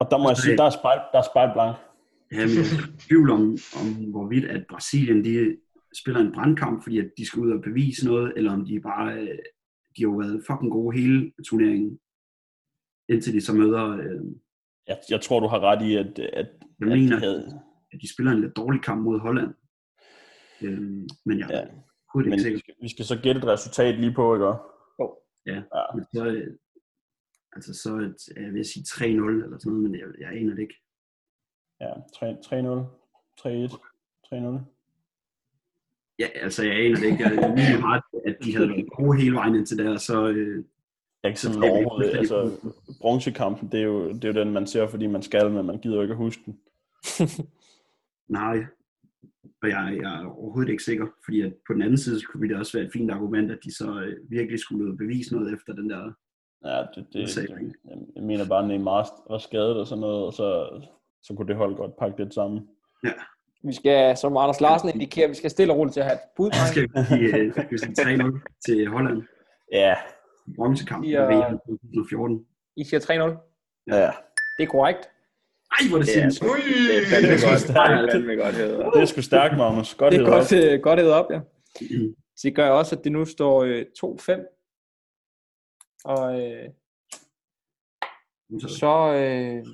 [SPEAKER 3] Og der må
[SPEAKER 4] Altså,
[SPEAKER 3] jeg sige, der er spejl, der er spejl blank.
[SPEAKER 4] Jamen, jeg er i tvivl om, om, hvorvidt at Brasilien de spiller en brandkamp, fordi at de skal ud og bevise noget, eller om de bare... Øh, de har jo været fucking gode hele turneringen, indtil de så møder... Øh,
[SPEAKER 3] Jeg, jeg tror, du har ret i, at, at,
[SPEAKER 4] jeg
[SPEAKER 3] at de
[SPEAKER 4] mener,
[SPEAKER 3] havde...
[SPEAKER 4] at de spiller en lidt dårlig kamp mod Holland. Øh, men jeg
[SPEAKER 3] Ja.
[SPEAKER 4] ja. Kunne det
[SPEAKER 3] Men vi
[SPEAKER 4] ikke sikkert.
[SPEAKER 3] skal, vi skal så gætte et resultat lige på, ikke? også?
[SPEAKER 4] Men så, øh, altså så et, jeg vil sige 3-0 eller sådan noget, men jeg, jeg aner det ikke.
[SPEAKER 3] Ja, 3- 3-0, 3-1, 3-0.
[SPEAKER 4] Ja, altså jeg aner det ikke. Jeg er virkelig meget, at de havde været gode hele vejen indtil der, og så øh,
[SPEAKER 3] Jeg kan
[SPEAKER 4] Så
[SPEAKER 3] simpelthen
[SPEAKER 4] taber vi
[SPEAKER 3] overhovedet, altså
[SPEAKER 4] fuldstændig.
[SPEAKER 3] bronzekampen, det er, jo, det er jo den, man ser, fordi man skal, men man gider jo ikke at huske den.
[SPEAKER 4] nej. Og jeg, jeg er overhovedet ikke sikker, fordi at på den anden side så kunne det også være et fint argument, at de så øh, virkelig skulle bevise noget efter den der.
[SPEAKER 3] Ja, det, det,
[SPEAKER 4] sagde
[SPEAKER 3] det
[SPEAKER 4] du ikke.
[SPEAKER 3] jeg, jeg mener bare, at Neymar var skadet og sådan noget, og så, så kunne det hold godt pakke lidt sammen.
[SPEAKER 1] Vi skal, som Anders Larsen indikerer, vi skal stille og roligt til at have et bud.
[SPEAKER 4] Så skal vi give øh, skal vi sige 3-0 til Holland.
[SPEAKER 3] Ja,
[SPEAKER 4] Bronzekamp i
[SPEAKER 1] Ja.
[SPEAKER 4] VM 2014.
[SPEAKER 1] I siger 3-0.
[SPEAKER 3] ja.
[SPEAKER 1] Det er korrekt.
[SPEAKER 4] Ej, hvor er det
[SPEAKER 5] Ja.
[SPEAKER 4] sindssygt.
[SPEAKER 2] Ui!
[SPEAKER 5] Det er fandme godt.
[SPEAKER 3] Det er
[SPEAKER 5] Det er
[SPEAKER 3] stærkt.
[SPEAKER 5] fandme godt hæder.
[SPEAKER 3] Det er sgu stærkt, Magnus. Godt
[SPEAKER 1] Det er
[SPEAKER 3] hedder
[SPEAKER 1] godt, øh, godt ædet op, ja.
[SPEAKER 4] Mm.
[SPEAKER 1] Det gør også, at det nu står øh, 2-5. Og øh,
[SPEAKER 4] Så,
[SPEAKER 1] så øh,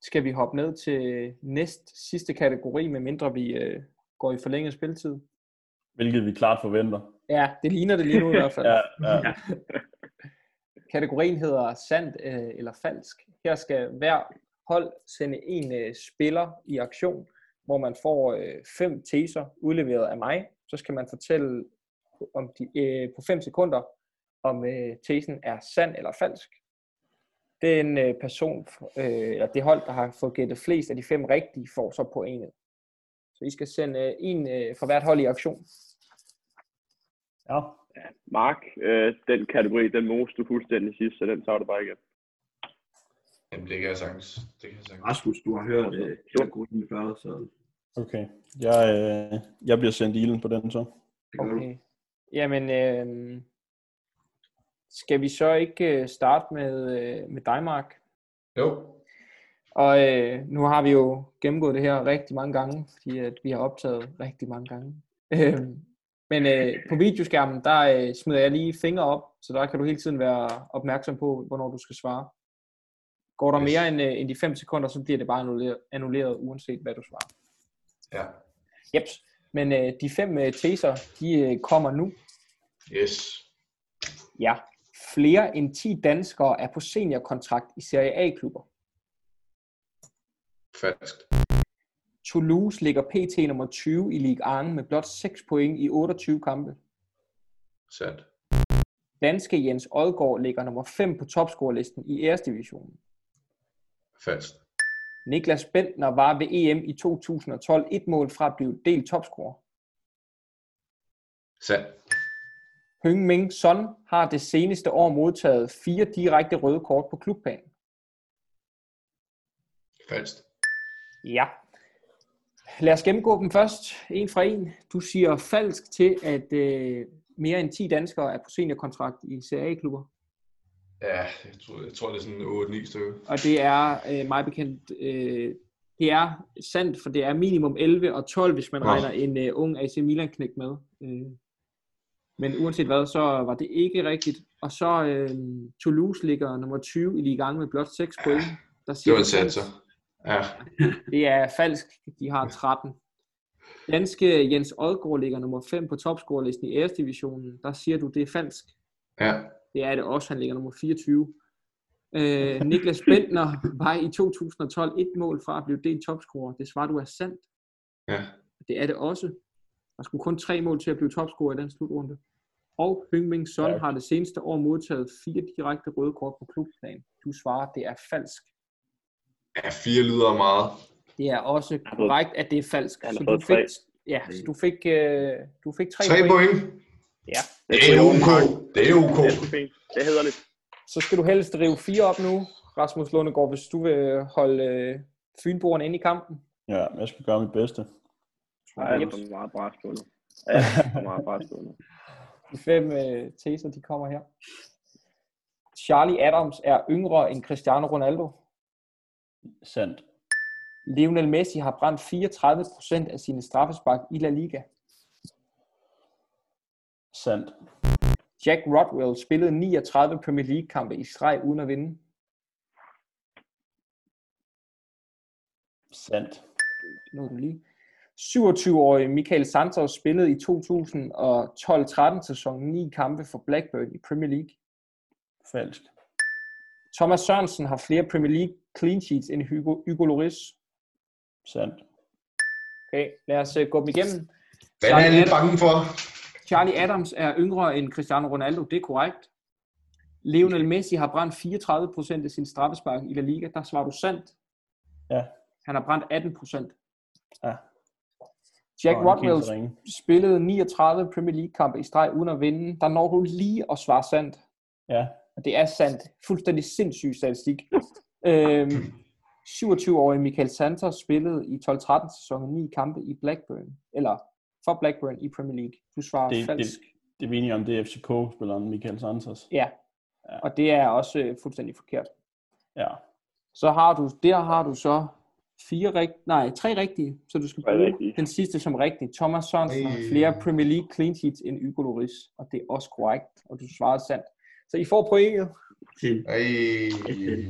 [SPEAKER 1] skal vi hoppe ned til næst sidste kategori, medmindre vi øh, går i forlænget spilletid.
[SPEAKER 3] hvilket vi klart forventer.
[SPEAKER 1] Ja, det ligner det lige nu i hvert fald.
[SPEAKER 3] Ja, ja.
[SPEAKER 1] Kategorien hedder sandt øh, eller falsk. Her skal hver hold sende en øh, spiller i aktion, hvor man får øh, fem teser udleveret af mig. Så skal man fortælle om de, øh, på 5 sekunder, om øh, tesen er sand eller falsk. Den øh, person, øh, eller det hold, der har fået gættet flest af de fem rigtige, får så pointet. Så I skal sende øh, en øh, for hvert hold i aktion.
[SPEAKER 3] ja.
[SPEAKER 5] Mark, øh, den kategori, den moste du fuldstændig sidst, så den tager du bare igen.
[SPEAKER 2] Jamen, det kan jeg sagtens. Det kan jeg sagtens.
[SPEAKER 4] Rasmus, du har hørt øh, kategorien før, så
[SPEAKER 3] Okay. Jeg, øh, jeg bliver sendt i ilden på den så.
[SPEAKER 4] det gør okay. du.
[SPEAKER 1] Okay. Jamen, øh, skal vi så ikke øh, starte med, øh, med dig, Mark?
[SPEAKER 2] Jo,
[SPEAKER 1] Og øh, nu har vi jo gennemgået det her rigtig mange gange, fordi at vi har optaget rigtig mange gange. Øh, men øh, på videoskærmen, der øh, smider jeg lige fingre op, så der kan du hele tiden være opmærksom på, hvornår du skal svare. Går der
[SPEAKER 2] Yes.
[SPEAKER 1] mere end, øh, end de 5 sekunder, så bliver det bare annulleret, annulleret uanset hvad du svarer.
[SPEAKER 2] ja.
[SPEAKER 1] Jeps. Men øh, de fem øh, teser, de øh, kommer nu.
[SPEAKER 2] Yes.
[SPEAKER 1] Ja. Flere end 10 danskere er på seniorkontrakt i Serie A-klubber.
[SPEAKER 2] Falsk.
[SPEAKER 1] Toulouse ligger pt. nummer 20 i Ligue 1 med blot 6 point i 28 kampe.
[SPEAKER 2] Sandt.
[SPEAKER 1] Danske Jens Odgaard ligger nummer 5 på topscorelisten i æresdivisionen.
[SPEAKER 2] Falsk.
[SPEAKER 1] Niklas Bentner var ved EM i 2012 et mål fra at blive delt topscorer.
[SPEAKER 2] Sandt.
[SPEAKER 1] Høng Ming Son har det seneste år modtaget fire direkte røde kort på klubplan.
[SPEAKER 2] Falsk.
[SPEAKER 1] Ja. Lad os gennemgå dem først, en fra en. Du siger falsk til, at øh, mere end 10 danskere er på seniorkontrakt i Serie A-klubber.
[SPEAKER 2] Ja, jeg tror, jeg tror det er sådan 8-9 stykker.
[SPEAKER 1] Og det er øh, meget bekendt, øh, det er sandt, for det er minimum 11 og 12, hvis man
[SPEAKER 2] Nå.
[SPEAKER 1] regner en øh, ung AC Milan knæk med. Øh. Men uanset hvad, så var det ikke rigtigt. Og så øh, Toulouse ligger nummer 20 i lige gang med blot 6 point. Der
[SPEAKER 2] Det
[SPEAKER 1] siger
[SPEAKER 2] var en
[SPEAKER 1] du sandt.
[SPEAKER 2] satser. Ja,
[SPEAKER 1] Det er falsk. De har 13. Danske Jens Odgaard ligger nummer 5 på topscorerlisten i æresdivisionen. Der siger du, det er falsk.
[SPEAKER 2] ja.
[SPEAKER 1] Det er det også. Han ligger nummer 24. Øh, Niklas Bentner var i 2012 et mål fra at blive delt topscorer. Det svarer du er sandt.
[SPEAKER 2] Ja.
[SPEAKER 1] Det er det også. Der skulle kun tre mål til at blive topscorer i den slutrunde. Og Høngming Son
[SPEAKER 3] Ja.
[SPEAKER 1] har det seneste år modtaget fire direkte røde kort på klubplan. Du svarer, det er falsk.
[SPEAKER 2] Ja, fire lyder meget.
[SPEAKER 1] Det er også
[SPEAKER 5] har fået-
[SPEAKER 1] korrekt, at det er falsk.
[SPEAKER 5] han
[SPEAKER 1] Så
[SPEAKER 5] har
[SPEAKER 1] du
[SPEAKER 5] fået
[SPEAKER 1] fik,
[SPEAKER 5] tre. Mm.
[SPEAKER 1] ja, så du fik, øh, du fik tre,
[SPEAKER 2] Tre
[SPEAKER 1] point.
[SPEAKER 2] point. Det er ok. Det er ok.
[SPEAKER 5] Det er fint. Det hedder lidt.
[SPEAKER 1] Så skal du helst rive fire op nu, Rasmus Lundegård, hvis du vil holde øh, Fynboerne inde i kampen.
[SPEAKER 3] Ja, jeg skal gøre mit bedste.
[SPEAKER 5] Ej, jeg er for meget bræt på nu. Ja, jeg er for meget bræt på nu.
[SPEAKER 1] De fem øh, teser, de kommer her. Charlie Adams er yngre end Cristiano Ronaldo.
[SPEAKER 3] Sandt.
[SPEAKER 1] Lionel Messi har brændt 34 procent af sine straffespark i La Liga.
[SPEAKER 3] Sandt.
[SPEAKER 1] Jack Rodwell spillede 39 Premier League-kampe i streg uden at vinde.
[SPEAKER 3] Sandt.
[SPEAKER 1] Nu er du lige. 27-årige Michael Santos spillede i 2012-13 sæsonen 9 kampe for Blackburn i Premier League.
[SPEAKER 3] Falsk.
[SPEAKER 1] Thomas Sørensen har flere Premier League clean sheets end Hugo, Hugo Lloris.
[SPEAKER 3] Sandt.
[SPEAKER 1] Okay, lad os øh, gå dem igennem.
[SPEAKER 2] Hvad er jeg lidt bange for?
[SPEAKER 1] Charlie Adams er yngre end Cristiano Ronaldo, det er korrekt. Lionel Messi har brændt 34% af sin straffespark i La Liga, der svarer du sandt.
[SPEAKER 3] Ja.
[SPEAKER 1] Han har brændt 18%.
[SPEAKER 3] Ja.
[SPEAKER 1] Jack
[SPEAKER 3] Nå,
[SPEAKER 1] oh,
[SPEAKER 3] nu kan I
[SPEAKER 1] Rodwell
[SPEAKER 3] så ringe.
[SPEAKER 1] spillede 39 Premier League-kampe i streg uden at vinde. Der når du lige at svare sandt.
[SPEAKER 3] Ja.
[SPEAKER 1] Og det er sandt. Fuldstændig sindssyg statistik. øhm, 27-årige Michael Santos spillede i 12-13 sæsonen 9 kampe i Blackburn. Eller for Blackburn i Premier League. Du svarer
[SPEAKER 3] Det, det,
[SPEAKER 1] falsk.
[SPEAKER 3] det er vi enige om, det er FCK-spilleren Michael Santos.
[SPEAKER 1] Ja.
[SPEAKER 3] Ja.
[SPEAKER 1] Og det er også øh, fuldstændig forkert.
[SPEAKER 3] Ja.
[SPEAKER 1] Så har du, der har du så fire rigt, nej, tre rigtige, så du skal
[SPEAKER 5] Tre
[SPEAKER 1] bruge
[SPEAKER 5] rigtige.
[SPEAKER 1] den sidste som rigtig. Thomas Sørensen har
[SPEAKER 2] Ej.
[SPEAKER 1] flere Premier League clean sheets end Hugo Lloris, og det er også korrekt, og du svarede sandt. Så I får pointet.
[SPEAKER 4] Til,
[SPEAKER 2] Ej.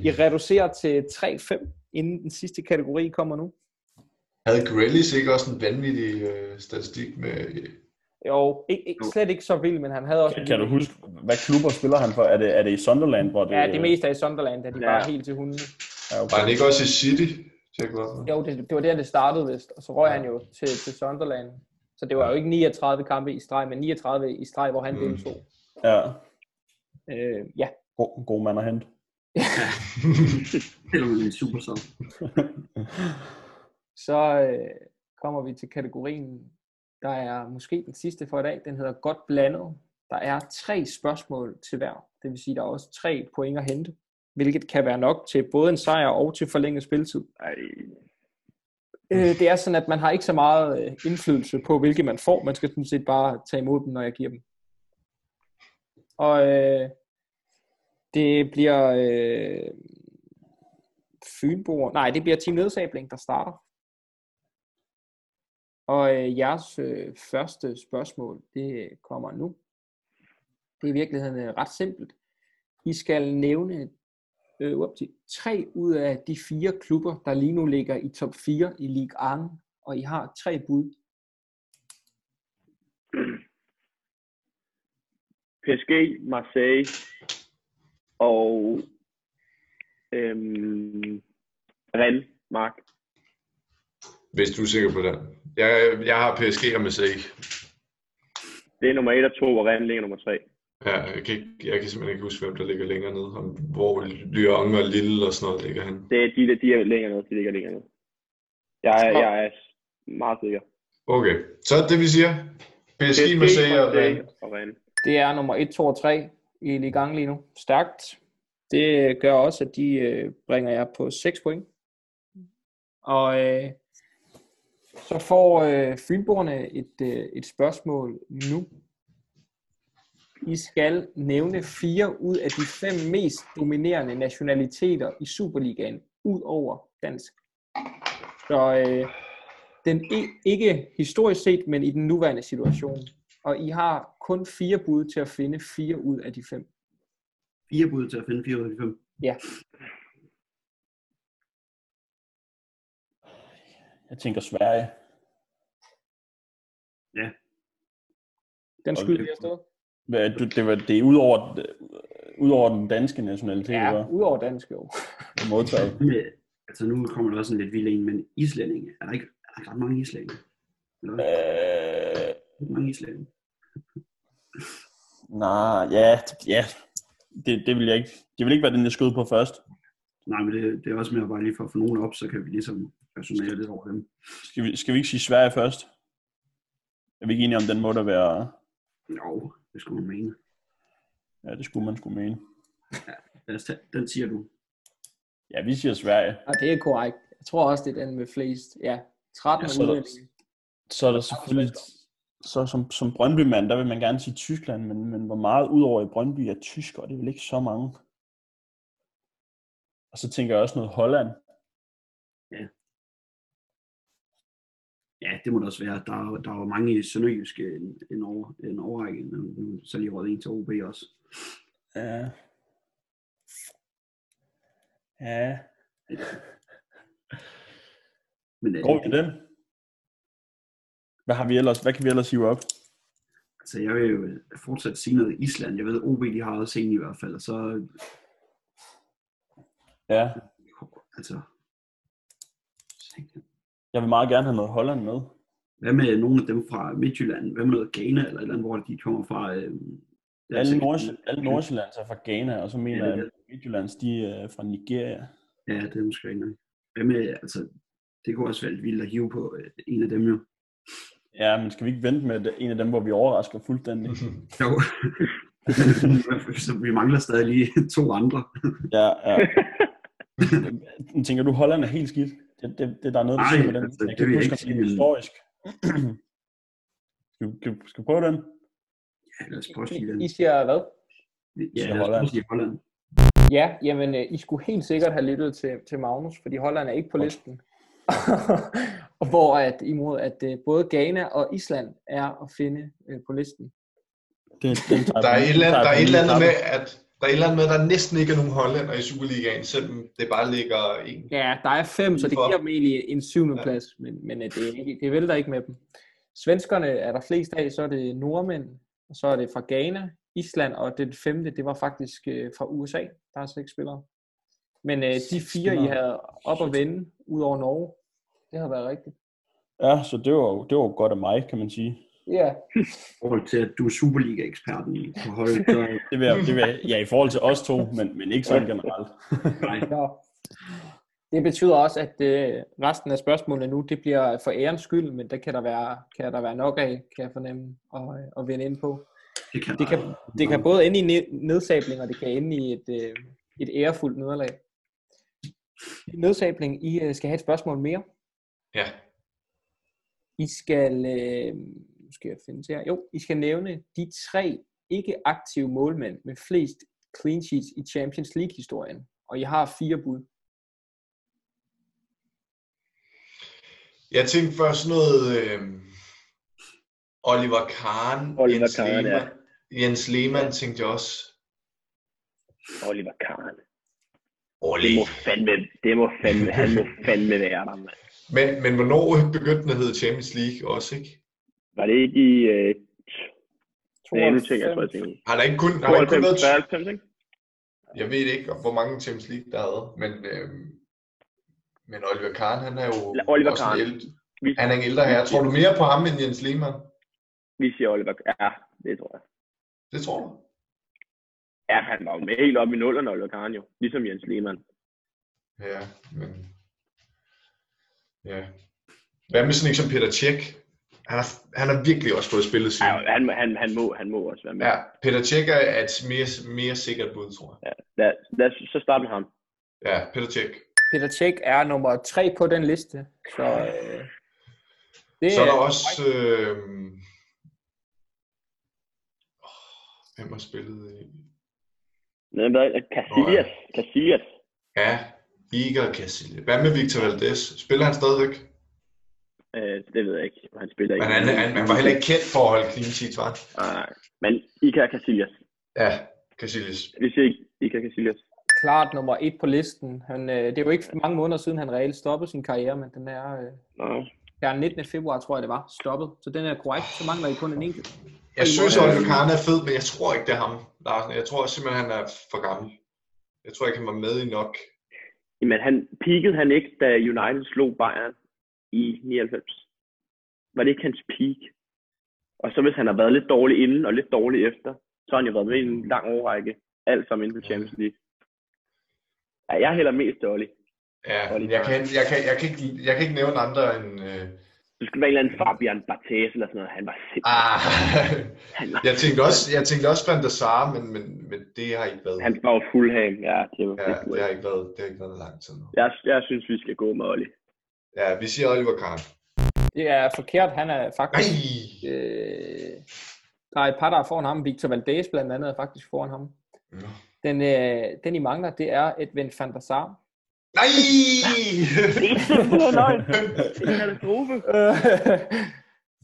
[SPEAKER 1] I reducerer til 3-5, inden den sidste kategori kommer nu.
[SPEAKER 2] Havde Grealish ikke også en vanvittig øh, statistik med...
[SPEAKER 1] Jo, ikke, ikke, slet ikke så vild, men han havde også...
[SPEAKER 3] Kan, kan du huske, hvad klubber spiller han for? Er det, er det i Sunderland, hvor det... øh,
[SPEAKER 1] Ja, det meste er i Sunderland, da de
[SPEAKER 5] Ja.
[SPEAKER 1] ja. var helt til hunden.
[SPEAKER 3] Ja,
[SPEAKER 2] Var han
[SPEAKER 3] okay.
[SPEAKER 2] ikke også i City? Tjek op.
[SPEAKER 1] Jo, det, det var der, det startede vist, og så røg han jo til, til Sunderland. Så det var jo ikke 39 kampe i streg, men 39 i streg, hvor han
[SPEAKER 2] Mm.
[SPEAKER 1] deltog.
[SPEAKER 3] ja.
[SPEAKER 1] Øh, ja,
[SPEAKER 3] God, god mand at hente.
[SPEAKER 4] selvom han er en super sub.
[SPEAKER 1] Så øh, kommer vi til kategorien, der er måske den sidste for i dag. Den hedder godt blandet. Der er tre spørgsmål til hver. Det vil sige, der er også tre point at hente. Hvilket kan være nok til både en sejr og til forlænget spilletid.
[SPEAKER 5] Ej,
[SPEAKER 1] Øh, det er sådan, at man har ikke så meget øh, indflydelse på, hvilke man får. Man skal sådan set bare tage imod dem, når jeg giver dem. Og øh, det bliver øh, Fynboer. Nej, det bliver Team Nedsabling, der starter. Og øh, jeres øh, første spørgsmål, det kommer nu. Det er i virkeligheden øh, ret simpelt. I skal nævne øh, uopti, tre ud af de fire klubber, der lige nu ligger i top 4 i Ligue 1, og I har tre bud.
[SPEAKER 5] PSG, Marseille og øhm, Rennes, Mark.
[SPEAKER 2] Hvis du er sikker på det. Jeg, jeg har PSG og Marseille.
[SPEAKER 5] Det er nummer 1 og 2, og Rennes ligger nummer 3.
[SPEAKER 2] Ja, jeg kan, ikke, jeg kan simpelthen ikke huske, hvem der ligger længere nede. Om, hvor Lyon og Lille og sådan noget ligger han.
[SPEAKER 5] Det er de, der de er længere nede, de ligger længere nede. Jeg, er- jeg er meget sikker.
[SPEAKER 2] Okay, så er det det, vi siger. PSG, Marseille og Rennes.
[SPEAKER 5] og Rennes.
[SPEAKER 1] Det er nummer 1, 2 og 3 i Ligue 1 lige nu. Stærkt. Det gør også, at de øh, bringer jer på 6 point. Og øh, så får øh, Fynboerne et, øh, et spørgsmål nu. I skal nævne fire ud af de fem mest dominerende nationaliteter i Superligaen, ud over dansk. Så øh, den i- ikke historisk set, men i den nuværende situation. Og I har kun fire bud til at finde fire ud af de fem.
[SPEAKER 4] Fire bud til at finde 495.
[SPEAKER 3] Jeg tænker Sverige.
[SPEAKER 1] Den
[SPEAKER 3] Og
[SPEAKER 1] skyder
[SPEAKER 3] det-
[SPEAKER 1] vi afsted.
[SPEAKER 3] Hvad- du- Det, var, det er ud over, den- ud over den danske nationalitet, ja.
[SPEAKER 1] Ja, udover dansk jo.
[SPEAKER 3] modtaget.
[SPEAKER 4] Med, altså nu kommer der også en lidt vild en, men islændinge. Er der ikke, er der ikke ret mange islændinge? Er der
[SPEAKER 3] Øh,
[SPEAKER 4] ikke mange islændinge?
[SPEAKER 3] nej, ja, ja. Det, det, vil jeg ikke. Det vil ikke være den, jeg skød på først.
[SPEAKER 4] Nej, men det, det er også mere bare lige for at få nogen op, så kan vi ligesom resonere lidt over dem.
[SPEAKER 3] Skal vi, skal vi ikke sige Sverige først? Er vi ikke enige om, den må der være...
[SPEAKER 4] Jo, det skulle man mene.
[SPEAKER 3] Ja, det skulle man skulle mene.
[SPEAKER 4] Lad os tage, den siger du.
[SPEAKER 3] Ja, vi siger Sverige.
[SPEAKER 1] Og det er korrekt. Jeg tror også, det er den med flest. Ja, 13 ja,
[SPEAKER 3] Ja, så er der-
[SPEAKER 1] udlændinge.
[SPEAKER 3] Så er der selvfølgelig... Så som, som Brøndby-mand, der vil man gerne sige Tyskland, men, men hvor meget udover i Brøndby er tysk, og det er vel ikke så mange. Og så tænker jeg også noget Holland.
[SPEAKER 4] Ja, det må det også være. Der, er jo- der var mange sønderjyske en, en, over, en overrække, men nu er så lige røget en til OB også.
[SPEAKER 3] Ja. Ja.
[SPEAKER 4] Men øh,
[SPEAKER 3] Går vi med den? Hvad, har vi ellers, hvad kan vi ellers hive op?
[SPEAKER 4] Altså, jeg vil jo fortsat sige noget Island. Jeg ved, OB de har også en i hvert fald, og så...
[SPEAKER 3] Ja,
[SPEAKER 4] Altså,
[SPEAKER 3] jeg vil meget gerne have noget Holland med.
[SPEAKER 4] hvad med nogle af dem fra Midtjylland? Hvad med noget Ghana eller et eller andet, hvor de kommer fra? Øh,
[SPEAKER 3] Ja, alle, Nordsj- alle Nordsjællands er fra Ghana, og så mener
[SPEAKER 4] Ja,
[SPEAKER 3] jeg,
[SPEAKER 4] det er
[SPEAKER 3] at Midtjyllands, de er fra Nigeria.
[SPEAKER 4] Ja, det er måske ikke nok. Hvad med, altså, det kunne også være lidt vildt at hive på øh, en af dem jo.
[SPEAKER 3] Ja, men skal vi ikke vente med en af dem, hvor vi overrasker fuldstændig?
[SPEAKER 4] Jo. så vi mangler stadig lige to andre.
[SPEAKER 3] Ja, ja. Men Tænker du, Holland er helt skidt? Det, det, det der er noget, der
[SPEAKER 4] Ej,
[SPEAKER 3] siger med den.
[SPEAKER 4] altså,
[SPEAKER 3] jeg
[SPEAKER 4] det
[SPEAKER 3] kan
[SPEAKER 4] vil jeg
[SPEAKER 3] ikke huske,
[SPEAKER 4] ikke
[SPEAKER 3] om det er
[SPEAKER 4] sige.
[SPEAKER 3] historisk. skal, vi- skal, vi- skal vi prøve den?
[SPEAKER 4] Ja, lad os prøve at sige
[SPEAKER 1] I, I
[SPEAKER 4] den.
[SPEAKER 1] siger hvad?
[SPEAKER 4] Ja,
[SPEAKER 3] siger
[SPEAKER 4] lad os prøve
[SPEAKER 3] Holland.
[SPEAKER 4] at sige Holland.
[SPEAKER 1] Ja, jamen, øh, I skulle helt sikkert have lyttet til, til Magnus, fordi Holland er ikke på listen. Og Hvor at, imod, at øh, både Ghana og Island er at finde øh, på listen.
[SPEAKER 3] den, den tager
[SPEAKER 2] Der er
[SPEAKER 3] vi-
[SPEAKER 2] et
[SPEAKER 3] den
[SPEAKER 2] eller andet,
[SPEAKER 3] tager
[SPEAKER 2] der er
[SPEAKER 3] vi
[SPEAKER 2] et eller
[SPEAKER 3] lige
[SPEAKER 2] andet med, at der er et eller andet med, at der næsten ikke er nogen hollænder i Superligaen, selvom det bare ligger en.
[SPEAKER 1] Ja, der er fem, så det
[SPEAKER 2] Hvorfor?
[SPEAKER 1] giver dem egentlig en syvende
[SPEAKER 2] Ja.
[SPEAKER 1] plads, men, men øh, det, er ikke, det vælter ikke med dem. Svenskerne er der flest af, så er det nordmænd, og så er det fra Ghana, Island, og den femte, det var faktisk øh, fra USA, der er seks spillere. Men øh, de
[SPEAKER 3] Seks
[SPEAKER 1] fire, I
[SPEAKER 3] spillere.
[SPEAKER 1] havde op at vende, ud over Norge, det har været rigtigt.
[SPEAKER 3] Ja, så det var, jo- det var jo godt af mig, kan man sige.
[SPEAKER 1] Ja,
[SPEAKER 4] I forhold til, at du er Superliga-eksperten på Holland, så
[SPEAKER 3] Det vil jeg, det vil jeg, ja, i forhold til os to, men, men ikke sådan generelt.
[SPEAKER 4] nej.
[SPEAKER 1] Nå. Det betyder også, at øh, resten af spørgsmålene nu, det bliver for ærens skyld, men der kan der være, kan der være nok af, kan jeg fornemme, at, øh, at vende ind på.
[SPEAKER 4] Det kan,
[SPEAKER 1] Det kan, det kan både ende i ned- nedsabling, og det kan ende i et, øh, et ærefuldt nederlag. Nedsabling, I øh, skal have et spørgsmål mere.
[SPEAKER 2] Ja.
[SPEAKER 1] I skal, øh, nu skal jeg finde til her. Jo, I skal nævne de tre ikke aktive målmænd med flest clean sheets i Champions League-historien. Og I har fire bud.
[SPEAKER 2] Jeg tænkte først sådan noget øh, Oliver Kahn,
[SPEAKER 5] Oliver
[SPEAKER 2] Jens
[SPEAKER 5] Kahn, ja.
[SPEAKER 2] Lehmann. Jens Lehmann tænkte jeg også.
[SPEAKER 5] Oliver Kahn.
[SPEAKER 2] Oli.
[SPEAKER 5] Det må fandme, det må fandme, han må fandme være der, mand.
[SPEAKER 2] Men, men hvornår begyndte den at hedde Champions League også, ikke?
[SPEAKER 5] Var det ikke i... Øh, nej, nu tænker jeg, tror jeg, jeg tænker.
[SPEAKER 2] Har der ikke kun, har der ikke kun
[SPEAKER 5] 92,
[SPEAKER 2] været
[SPEAKER 5] 93, ikke?
[SPEAKER 2] Jeg ved ikke, hvor mange Champions League der havde, men, øhm, men Oliver Kahn, han er jo
[SPEAKER 5] Oliver
[SPEAKER 2] også
[SPEAKER 5] Kahn.
[SPEAKER 2] en ældre,
[SPEAKER 5] Vi,
[SPEAKER 2] han er en ældre herre. Tror du mere på ham end Jens Lehmann?
[SPEAKER 5] vi siger Oliver Ja, det tror jeg.
[SPEAKER 2] Det tror du?
[SPEAKER 5] Ja, han var jo med helt op i nullerne, Oliver Kahn jo. Ligesom Jens Lehmann.
[SPEAKER 2] Ja, men... Ja. Hvad med sådan en som Peter Tjek? Han har, han har virkelig også fået spillet
[SPEAKER 5] Ja,
[SPEAKER 2] siden.
[SPEAKER 5] han, må- han, han, må, han må også være med.
[SPEAKER 2] Ja, Peter Tjek er et mere, mere sikkert bud, tror jeg.
[SPEAKER 5] Lad, lad, os- så start med ham.
[SPEAKER 2] Ja, Peter Tjek.
[SPEAKER 1] Peter Tjek er nummer tre på den liste. Så, øh, det
[SPEAKER 2] Så er der også... Øh... Hvem har spillet øh, i...
[SPEAKER 5] Nej, hvad er det? Casillas. Casillas.
[SPEAKER 2] Ja, Igor Casillas. Hvad med Victor Valdez? Spiller han stadigvæk?
[SPEAKER 5] Øh, det ved jeg ikke. om Han spiller
[SPEAKER 2] Men
[SPEAKER 5] ikke.
[SPEAKER 2] han, han, han var heller ikke kendt for at holde clean sheets, var han?
[SPEAKER 5] Nej, nej. Men Iker Casillas.
[SPEAKER 2] Ja, Casillas.
[SPEAKER 5] Vi siger ikke Iker Casillas.
[SPEAKER 1] klart nummer et på listen. Han, øh, det er jo ikke mange måneder siden, han reelt stoppede sin karriere, men den er øh,
[SPEAKER 5] Nej.
[SPEAKER 1] den 19. februar, tror jeg det var, stoppet. Så den er korrekt, så mangler I kun en enkelt.
[SPEAKER 2] Jeg
[SPEAKER 1] Ej,
[SPEAKER 2] synes,
[SPEAKER 1] hvor
[SPEAKER 2] at
[SPEAKER 1] er
[SPEAKER 2] Oliver Kahn er fed, men jeg tror ikke, det er ham, Larsen. Jeg tror simpelthen, han er for gammel. Jeg tror ikke, han var med i nok.
[SPEAKER 5] Jamen, han peakede han ikke, da United slog Bayern i 99. Var det ikke hans peak? Og så hvis han har været lidt dårlig inden og lidt dårlig efter, så har han jo været med i en lang årrække. Alt sammen inden for Champions League. Ja, jeg hælder mest til Olli.
[SPEAKER 2] Ja,
[SPEAKER 5] Oliver
[SPEAKER 2] jeg kan, jeg, kan, jeg, kan ikke, jeg kan ikke nævne andre end... Øh...
[SPEAKER 5] Du skulle være en eller anden Fabian Barthez eller sådan noget. Han var simpelthen...
[SPEAKER 2] Ah,
[SPEAKER 5] Han var,
[SPEAKER 2] jeg tænkte også, jeg tænkte også Van der Sar, men, men, men det har ikke været...
[SPEAKER 5] han var jo Fulham. Ja, det var
[SPEAKER 2] Ja,
[SPEAKER 5] det
[SPEAKER 2] det
[SPEAKER 5] var-
[SPEAKER 2] har ikke været, det har ikke været lang tid nu.
[SPEAKER 5] jeg, jeg synes, vi skal gå med Olli.
[SPEAKER 2] Ja, vi siger Oliver Kahn.
[SPEAKER 1] Det er forkert, han er
[SPEAKER 2] Nej!
[SPEAKER 1] faktisk... Øh, der er et par, der er foran ham. Victor Valdez blandt andet er faktisk foran ham.
[SPEAKER 2] Nå.
[SPEAKER 1] Den, øh, den I mangler, det er Edwin van der Sar.
[SPEAKER 2] Nej!
[SPEAKER 5] Det er simpelthen løgn. Det er en katastrofe.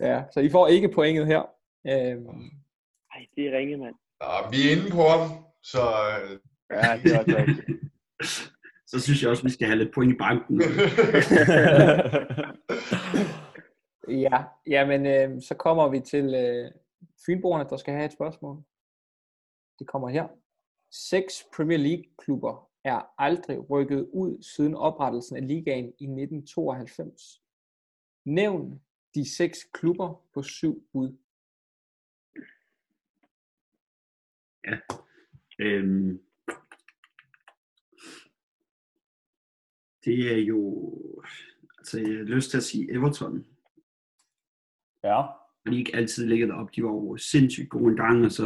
[SPEAKER 1] ja, så I får ikke pointet her. Øh,
[SPEAKER 5] Ej, det er ringe, mand.
[SPEAKER 2] Nå, vi er inde på ham, så... øh,
[SPEAKER 5] Ja, det er også rigtigt.
[SPEAKER 4] Så synes jeg også, vi skal have lidt point i banken.
[SPEAKER 3] Peter
[SPEAKER 1] Ja, jamen øh, så kommer vi til øh, Fynboerne, der skal have et spørgsmål. Det kommer her. Seks Premier League-klubber er aldrig rykket ud siden oprettelsen af ligaen i 1992. Nævn de seks klubber på syv bud.
[SPEAKER 4] Ja. Øhm. Det er jo... Altså, jeg har lyst til at sige Everton.
[SPEAKER 3] Ja.
[SPEAKER 4] Har de ikke altid ligget deroppe? De var jo sindssygt gode en gang, og så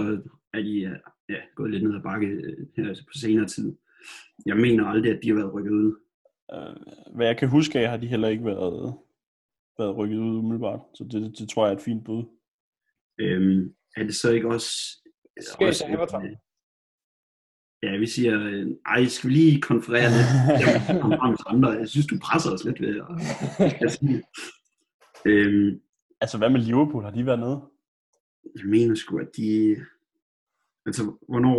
[SPEAKER 4] er de øh, ja, gået lidt ned ad bakke øh, her på senere tid. Jeg mener aldrig, at de har været rykket ud.
[SPEAKER 3] Øh, hvad jeg kan huske af, har de heller ikke været, været rykket ud umiddelbart. Så det, det tror jeg er et fint bud.
[SPEAKER 4] Øhm, er det så ikke også... øh,
[SPEAKER 1] Skal vi sige Everton?
[SPEAKER 4] Ja, vi siger, øh, ej, skal vi lige konferere lidt om om andre? Jeg synes, du presser os lidt ved at... at sige. øhm,
[SPEAKER 3] altså, hvad med Liverpool? Har de været nede?
[SPEAKER 4] jeg mener sgu, at de... Altså, hvornår,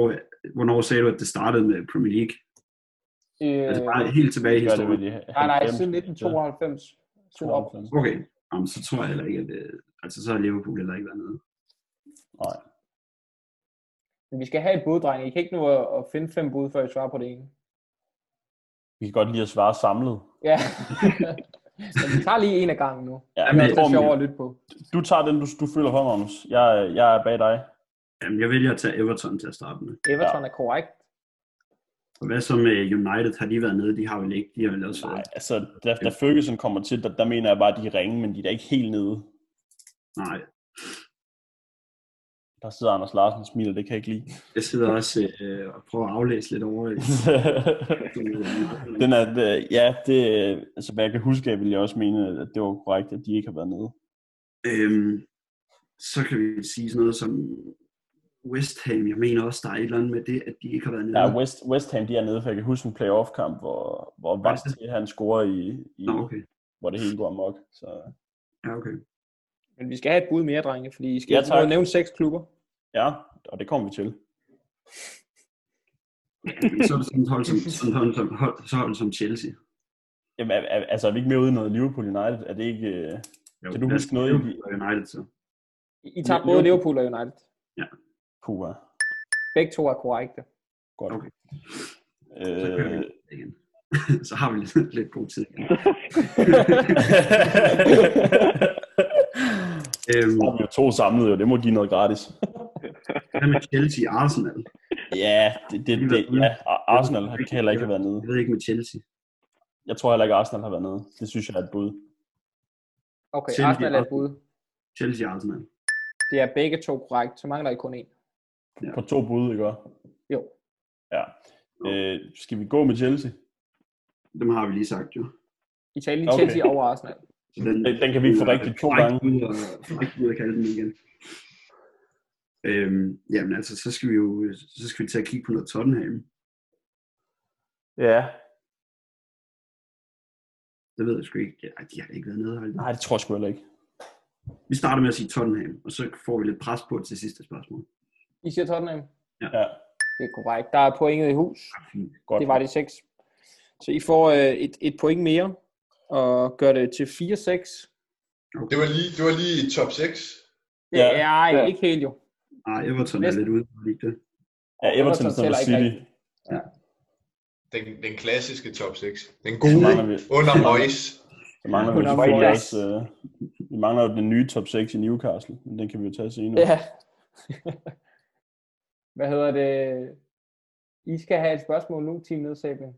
[SPEAKER 4] hvornår sagde du, at det startede med Premier League?
[SPEAKER 1] Øh,
[SPEAKER 4] Altså bare helt tilbage i
[SPEAKER 3] Gør det
[SPEAKER 4] historien.
[SPEAKER 3] ved de
[SPEAKER 1] nej, nej,
[SPEAKER 3] 90'erne.
[SPEAKER 1] siden 1992. Siden op.
[SPEAKER 4] Okay, Jamen, så tror jeg heller ikke, at det, altså, så har Liverpool heller ikke været nede.
[SPEAKER 3] Nej.
[SPEAKER 1] Men vi skal have et bud, drenge. I kan ikke nå at, at finde fem bud, før I svarer på det ene.
[SPEAKER 3] Vi kan godt lide at svare samlet.
[SPEAKER 1] Ja. Men vi tager lige en af gangen nu.
[SPEAKER 3] Ja,
[SPEAKER 4] Jamen,
[SPEAKER 1] Det
[SPEAKER 3] jeg
[SPEAKER 1] er
[SPEAKER 3] tror,
[SPEAKER 1] så sjovt at
[SPEAKER 3] men-
[SPEAKER 1] lytte på.
[SPEAKER 3] du tager den, du, du føler for, Magnus. Jeg, jeg er bag dig.
[SPEAKER 4] Jamen, jeg vælger at tage Everton til at starte med.
[SPEAKER 1] Everton er korrekt.
[SPEAKER 4] Og hvad så med United? Har de været nede? De har vel ikke. De har vel også
[SPEAKER 3] Nej,
[SPEAKER 4] været.
[SPEAKER 3] altså, da, da Ferguson kommer til, der, der mener jeg bare, at de er ringe, men de er da ikke helt nede.
[SPEAKER 4] Nej.
[SPEAKER 3] Der sidder Anders Larsen og smiler, det kan jeg ikke lide.
[SPEAKER 4] Jeg sidder også øh, og prøver at aflæse lidt over. øh,
[SPEAKER 3] den er, det- ja, det, altså, hvad jeg kan huske, jeg ville jeg også mene, at det var korrekt, at de ikke har været nede.
[SPEAKER 4] øhm, så kan vi sige sådan noget som West Ham. Jeg mener også, der er et eller andet med det, at de ikke har været nede.
[SPEAKER 3] Ja, West, West Ham, de er nede, for jeg kan huske en playoff-kamp, hvor, hvor Vasti, han scorer i, i
[SPEAKER 4] Nå, okay.
[SPEAKER 3] hvor det hele går amok. Så,
[SPEAKER 4] Ja, okay.
[SPEAKER 1] Men vi skal have et bud mere, drenge, fordi I skal
[SPEAKER 3] Ja,
[SPEAKER 1] ja,
[SPEAKER 3] tak.
[SPEAKER 1] nævne seks klubber.
[SPEAKER 3] ja, og det kommer vi til.
[SPEAKER 4] Men så er det sådan et hold som, sådan et hold som, hold, så hold som Chelsea.
[SPEAKER 3] Jamen, er, er, altså, er vi ikke med ude i noget Liverpool United? Er det ikke... øh,
[SPEAKER 4] Jo,
[SPEAKER 3] Kan du
[SPEAKER 4] lad os
[SPEAKER 3] huske noget,
[SPEAKER 4] skrive
[SPEAKER 3] I-
[SPEAKER 4] på United, så.
[SPEAKER 1] I tager både Liverpool og United.
[SPEAKER 3] Puha,
[SPEAKER 1] Begge to er korrekte.
[SPEAKER 3] godt.
[SPEAKER 4] Okay. Så kører
[SPEAKER 3] Øh,
[SPEAKER 4] vi igen. så har vi lidt, lidt god tid igen. Øhm,
[SPEAKER 3] Så har vi jo to samlet, og det må give noget gratis.
[SPEAKER 4] hvad med Chelsea Arsenal?
[SPEAKER 3] Ja, det, det, det, ja. og Arsenal har- kan heller ikke have været nede.
[SPEAKER 4] Jeg ved ikke med Chelsea.
[SPEAKER 3] Jeg tror heller ikke, Arsenal har været nede. Det synes jeg er et bud.
[SPEAKER 1] Okay,
[SPEAKER 4] Chelsea
[SPEAKER 1] Arsenal er et
[SPEAKER 4] også.
[SPEAKER 1] bud.
[SPEAKER 4] Chelsea Arsenal.
[SPEAKER 1] Det er begge to korrekt, så mangler I kun en.
[SPEAKER 3] På to bud, ikke også?
[SPEAKER 1] Jo.
[SPEAKER 3] Ja. Øh, skal vi gå med Chelsea?
[SPEAKER 4] Dem har vi lige sagt, jo.
[SPEAKER 1] I tager lige
[SPEAKER 3] Okay.
[SPEAKER 1] Chelsea over Arsenal.
[SPEAKER 4] Så den,
[SPEAKER 3] Den- den kan vi ikke få rigtigt to gange.
[SPEAKER 4] Ud og, frækt ud at kalde den igen. Øhm, jamen altså, så skal vi jo så skal vi tage og kigge på noget Tottenham.
[SPEAKER 3] Ja.
[SPEAKER 4] Det ved jeg sgu ikke. Ej, de har da ikke været nede. har de?
[SPEAKER 3] Nej, det tror jeg sgu heller ikke.
[SPEAKER 4] Vi starter med at sige Tottenham, og så får vi lidt pres på til sidste spørgsmål.
[SPEAKER 1] I siger Tottenham.
[SPEAKER 3] Ja,
[SPEAKER 1] Det er korrekt. Der er pointet i hus.
[SPEAKER 4] Ah, Fint.
[SPEAKER 3] godt.
[SPEAKER 1] Det var de seks. Så I får øh, et, et point mere og gør det til 4-6.
[SPEAKER 2] Det var lige, det var lige i top 6.
[SPEAKER 1] Det
[SPEAKER 3] Ja.
[SPEAKER 1] ja. er
[SPEAKER 5] Ja.
[SPEAKER 1] ikke helt jo.
[SPEAKER 4] Ah, Everton er
[SPEAKER 1] Næste.
[SPEAKER 4] lidt ude. Ikke det?
[SPEAKER 3] Ja, Everton
[SPEAKER 1] Everton
[SPEAKER 3] sådan
[SPEAKER 1] tæller
[SPEAKER 3] noget
[SPEAKER 1] ikke
[SPEAKER 3] City.
[SPEAKER 1] rigtigt.
[SPEAKER 2] Den, den klassiske top 6. Den
[SPEAKER 3] Så
[SPEAKER 2] gode
[SPEAKER 3] mangler vi,
[SPEAKER 2] under Moyes.
[SPEAKER 3] så mangler vi,
[SPEAKER 1] Under
[SPEAKER 3] selvfølgelig
[SPEAKER 1] Moyes.
[SPEAKER 3] også, øh, vi mangler jo den nye top 6 i Newcastle, men den kan vi jo tage senere.
[SPEAKER 1] Ja. Hvad hedder det? I skal have et spørgsmål nu, Team Nedsæbning.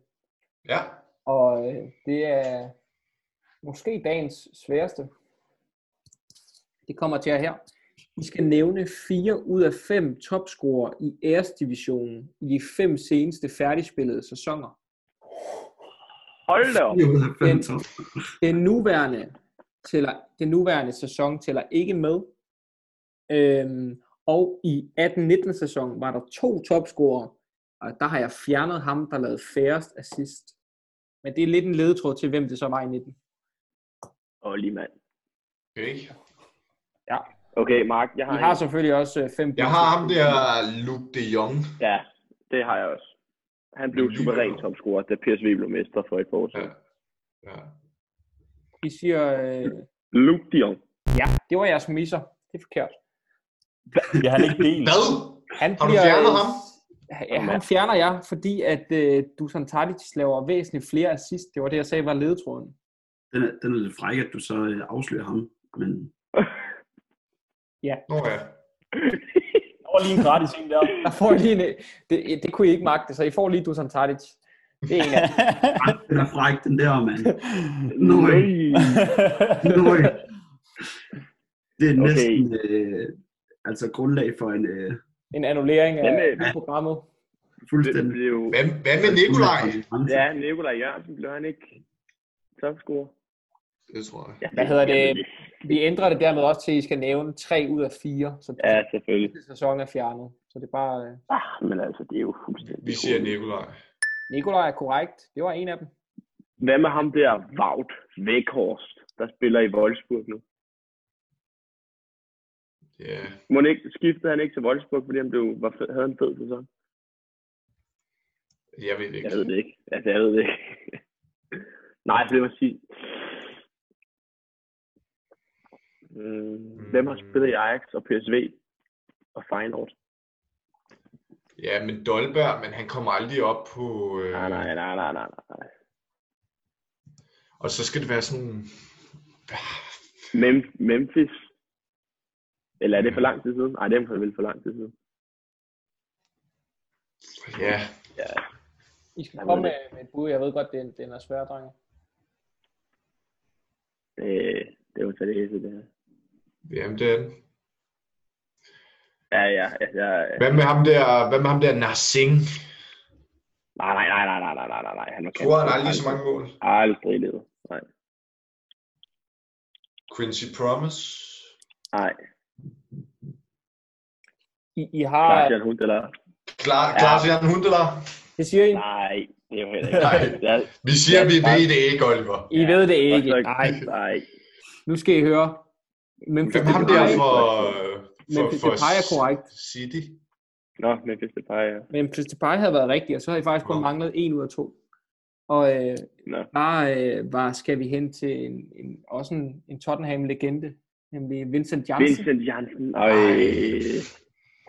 [SPEAKER 2] Ja.
[SPEAKER 1] Og øh, det er måske dagens sværeste. Det kommer til jer her. I skal nævne fire ud af fem topscorer i æresdivisionen i de fem seneste færdigspillede sæsoner.
[SPEAKER 5] Hold da op.
[SPEAKER 4] Jo, der er fem
[SPEAKER 1] Den-
[SPEAKER 4] top.
[SPEAKER 1] Den nuværende, tæller, den nuværende sæson tæller ikke med. Øhm, og i 18-19 sæsonen var der to topscorer, og der har jeg fjernet ham, der lavede færrest assist. Men det er lidt en ledetråd til, hvem det så var i 19.
[SPEAKER 5] Og lige mand.
[SPEAKER 2] Okay.
[SPEAKER 5] Okay, Mark, jeg har,
[SPEAKER 1] Vi har
[SPEAKER 5] en.
[SPEAKER 1] selvfølgelig også øh, fem
[SPEAKER 2] Jeg har ham der Luke de Jong.
[SPEAKER 5] Ja, det har jeg også. Han blev
[SPEAKER 2] Men lige
[SPEAKER 5] suveræn
[SPEAKER 2] nu-
[SPEAKER 5] topscorer, da PSV blev mester for et par år siden.
[SPEAKER 2] Ja.
[SPEAKER 1] Vi siger øh,
[SPEAKER 5] Luke de Jong.
[SPEAKER 1] Ja, det var jeres misser. Det er forkert.
[SPEAKER 3] Vi har ikke delt.
[SPEAKER 2] Hvad?
[SPEAKER 1] Han øh,
[SPEAKER 2] Har du fjernet ham?
[SPEAKER 1] Ja, han fjerner jer, fordi at øh, Dusan Tadic laver væsentligt flere assist. Det var det, jeg sagde var ledetråden.
[SPEAKER 4] Den er, den er lidt fræk, at du så øh, afslører ham. Men
[SPEAKER 2] Nå ja.
[SPEAKER 3] Der var lige en gratis en der.
[SPEAKER 1] Der får I lige en, det, det kunne I ikke magte, så I får lige Dusan Tadic. Det er en af
[SPEAKER 4] Ej, den er fræk, den der, mand. Nøj, nøj. Det er
[SPEAKER 5] Okay.
[SPEAKER 4] næsten øh, altså grundlag for en øh,
[SPEAKER 1] en annullering
[SPEAKER 5] Men,
[SPEAKER 1] af
[SPEAKER 5] øh,
[SPEAKER 1] ja. programmet.
[SPEAKER 5] Det, det
[SPEAKER 4] fuldstændig...
[SPEAKER 5] blev jo...
[SPEAKER 2] Hvad, hvad med Nikolaj?
[SPEAKER 5] Ja, Nikolaj Jørgensen blev han ikke topscorer.
[SPEAKER 2] Det tror jeg.
[SPEAKER 5] Ja,
[SPEAKER 1] Hvad hedder det?
[SPEAKER 5] jamen,
[SPEAKER 1] Vi ændrer det dermed også til, at I skal nævne 3 ud af 4, så den
[SPEAKER 5] Ja, selvfølgelig.
[SPEAKER 1] sidste sæson er fjernet. Så det er bare... Øh,
[SPEAKER 5] Ah, men altså, det er jo fuldstændig...
[SPEAKER 2] Vi siger Nikolaj.
[SPEAKER 1] Nikolaj er korrekt. Det var en af dem.
[SPEAKER 5] Hvad med ham der, Vaut Vækhorst, der spiller i Wolfsburg nu?
[SPEAKER 2] Ja.
[SPEAKER 5] Må ikke, skiftede han ikke til Wolfsburg, fordi han blev, var, fed- havde en fed sæson?
[SPEAKER 2] Jeg ved det
[SPEAKER 5] Jeg
[SPEAKER 2] ikke.
[SPEAKER 5] ved det ikke. Altså, jeg ved det ikke. Nej, det må sige. Mm, hvem har spillet i Ajax og PSV og Feyenoord?
[SPEAKER 2] Ja, men Dolberg, men han kommer aldrig op på... Øh...
[SPEAKER 5] Nej, nej, nej, nej, nej, nej.
[SPEAKER 2] Og så skal det være sådan... Ah,
[SPEAKER 5] Mem- Memphis? Eller er det for lang tid siden? Nej, det er vel for lang tid siden.
[SPEAKER 2] Ja,
[SPEAKER 5] Ja,
[SPEAKER 1] I skal
[SPEAKER 5] Hvad
[SPEAKER 1] komme med,
[SPEAKER 5] var det?
[SPEAKER 1] med et bud. Jeg ved godt, den, den er svær, drenge.
[SPEAKER 5] det, Øh, det er jo så det hele, det her.
[SPEAKER 2] jamen det er den.
[SPEAKER 5] Ja, ja, altså, jeg,
[SPEAKER 2] Hvad med ham der, hvad med ham der Narsing?
[SPEAKER 5] nej, nej, nej, nej, nej, nej, nej, nej, nej, han var
[SPEAKER 2] Tror han aldrig så mange mål?
[SPEAKER 5] Aldrig i livet. Nej,
[SPEAKER 2] Quincy Promise?
[SPEAKER 5] nej.
[SPEAKER 1] I, I har...
[SPEAKER 5] Klaas-Jan Hund, eller?
[SPEAKER 2] Klar,
[SPEAKER 5] Ja.
[SPEAKER 2] klar til Jan Hundeler?
[SPEAKER 1] Det siger I?
[SPEAKER 5] Nej, det er jo heller
[SPEAKER 2] Nej.
[SPEAKER 5] ikke. Nej.
[SPEAKER 2] Vi siger, vi
[SPEAKER 5] Ja.
[SPEAKER 2] ved det ikke, Oliver.
[SPEAKER 1] I ved det ikke.
[SPEAKER 5] tak.
[SPEAKER 1] Nej,
[SPEAKER 5] Nej,
[SPEAKER 1] nu skal I høre. Memphis
[SPEAKER 2] Hvem er ham
[SPEAKER 1] Depay-
[SPEAKER 2] der for, for,
[SPEAKER 1] Memphis
[SPEAKER 2] for
[SPEAKER 1] Depay er korrekt.
[SPEAKER 2] City?
[SPEAKER 5] Nå, Memphis Depay, ja.
[SPEAKER 1] Memphis Depay havde været rigtig, og så havde I faktisk kun
[SPEAKER 2] Nå.
[SPEAKER 1] manglet en ud af to. Og øh,
[SPEAKER 5] Nå.
[SPEAKER 1] der øh, var, skal vi hen til en, en, også en, en Tottenham-legende, nemlig Vincent Janssen. Vincent.
[SPEAKER 5] Vincent Jansen. Øj.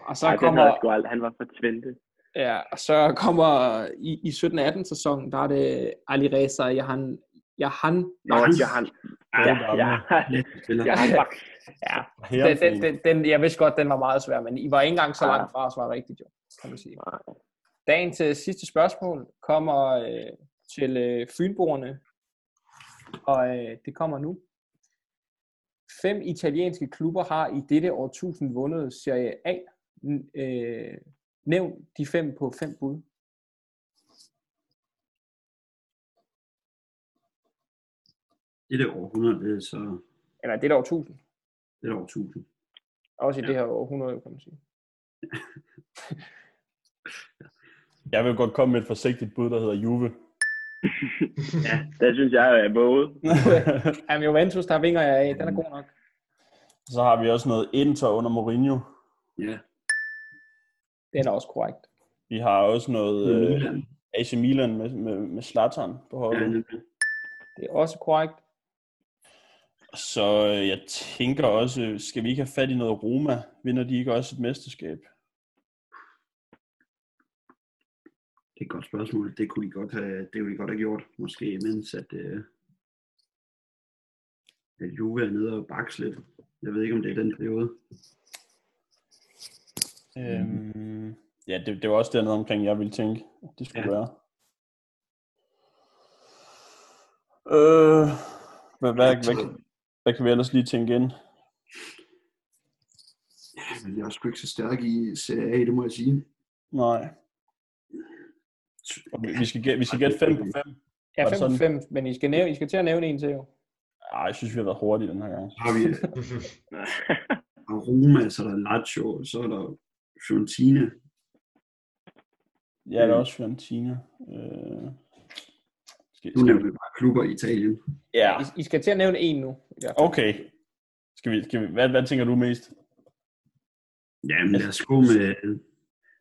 [SPEAKER 1] Og så
[SPEAKER 5] Ej, den havde jeg
[SPEAKER 1] kommer,
[SPEAKER 5] sgu aldrig. Han var fra Twente.
[SPEAKER 1] ja, og så kommer i, i 17-18 sæsonen, der er det Ali Reza Jahan, Jahan
[SPEAKER 5] Nå,
[SPEAKER 4] Jans.
[SPEAKER 5] Johan.
[SPEAKER 4] Ja,
[SPEAKER 5] Ja,
[SPEAKER 3] gammel.
[SPEAKER 5] ja.
[SPEAKER 4] ja.
[SPEAKER 5] Johan Bak.
[SPEAKER 3] Her,
[SPEAKER 1] Den, den, den, den, jeg vidste godt, den var meget svær, men I var ikke engang så
[SPEAKER 5] Ja.
[SPEAKER 1] langt fra at svare rigtigt, jo, kan man sige.
[SPEAKER 5] Nej.
[SPEAKER 1] Dagen til sidste spørgsmål kommer øh, til øh, Fynboerne, og øh, det kommer nu. Fem italienske klubber har i dette årtusind vundet Serie A. N- øh, nævn de fem på fem bud.
[SPEAKER 4] Det er det århundrede, det er så
[SPEAKER 1] Eller dette årtusind.
[SPEAKER 4] det er over 1000.
[SPEAKER 1] Også i
[SPEAKER 4] Ja.
[SPEAKER 1] ja. det her århundrede, kan man sige.
[SPEAKER 3] Jeg vil godt komme med et forsigtigt bud, der hedder Juve.
[SPEAKER 5] Ja, der synes jeg, jeg er våget.
[SPEAKER 1] Jamen Juventus, der vinger jeg af. Den er god nok.
[SPEAKER 3] så har vi også noget Inter under Mourinho.
[SPEAKER 4] Ja,
[SPEAKER 1] Den er også korrekt.
[SPEAKER 3] Vi har også noget
[SPEAKER 4] det
[SPEAKER 3] øh,
[SPEAKER 4] er Milan.
[SPEAKER 3] AC Milan med, med, med Zlatan på
[SPEAKER 4] Ja,
[SPEAKER 3] holdet.
[SPEAKER 4] nemlig.
[SPEAKER 1] Det er også korrekt.
[SPEAKER 3] Så øh, jeg tænker også, øh, skal vi ikke have fat i noget Roma? Vinder de ikke også et mesterskab?
[SPEAKER 4] det er et godt spørgsmål. Det kunne de godt have, det kunne de godt have gjort, måske mens at, øh, at Juve er nede og bakse lidt. Jeg ved ikke, om det er den periode.
[SPEAKER 3] Øhm, ja, det, det var også dernede omkring, jeg ville tænke, at det skulle ja.
[SPEAKER 4] Ja.
[SPEAKER 3] være. Øh, hvad, hvad, hvad, hvad, hvad kan vi ellers lige tænke ind?
[SPEAKER 4] Men jeg er Altså, sgu ikke så stærk i Serie A, det må jeg sige.
[SPEAKER 3] Nej. Og vi- Vi skal, gæ- vi skal gætte 5 på 5.
[SPEAKER 1] Ja, 5
[SPEAKER 3] Var det
[SPEAKER 1] på
[SPEAKER 3] sådan?
[SPEAKER 1] 5, men I skal, nævne, I skal til at nævne en til jo.
[SPEAKER 3] Ej, jeg synes, vi har været hurtige den her gang.
[SPEAKER 4] Så har vi Aroma, så er der Lazio, så er der Fiorentina.
[SPEAKER 3] Ja, der er også Fiorentina. Øh, skal,
[SPEAKER 4] Nu
[SPEAKER 3] skal
[SPEAKER 4] nævner
[SPEAKER 3] vi,
[SPEAKER 4] vi bare klubber i Italien.
[SPEAKER 3] ja,
[SPEAKER 1] I, I skal til at nævne en nu. i hvert fald.
[SPEAKER 3] okay. Skal vi, skal vi, hvad, hvad tænker du mest?
[SPEAKER 4] Jamen lad os gå med...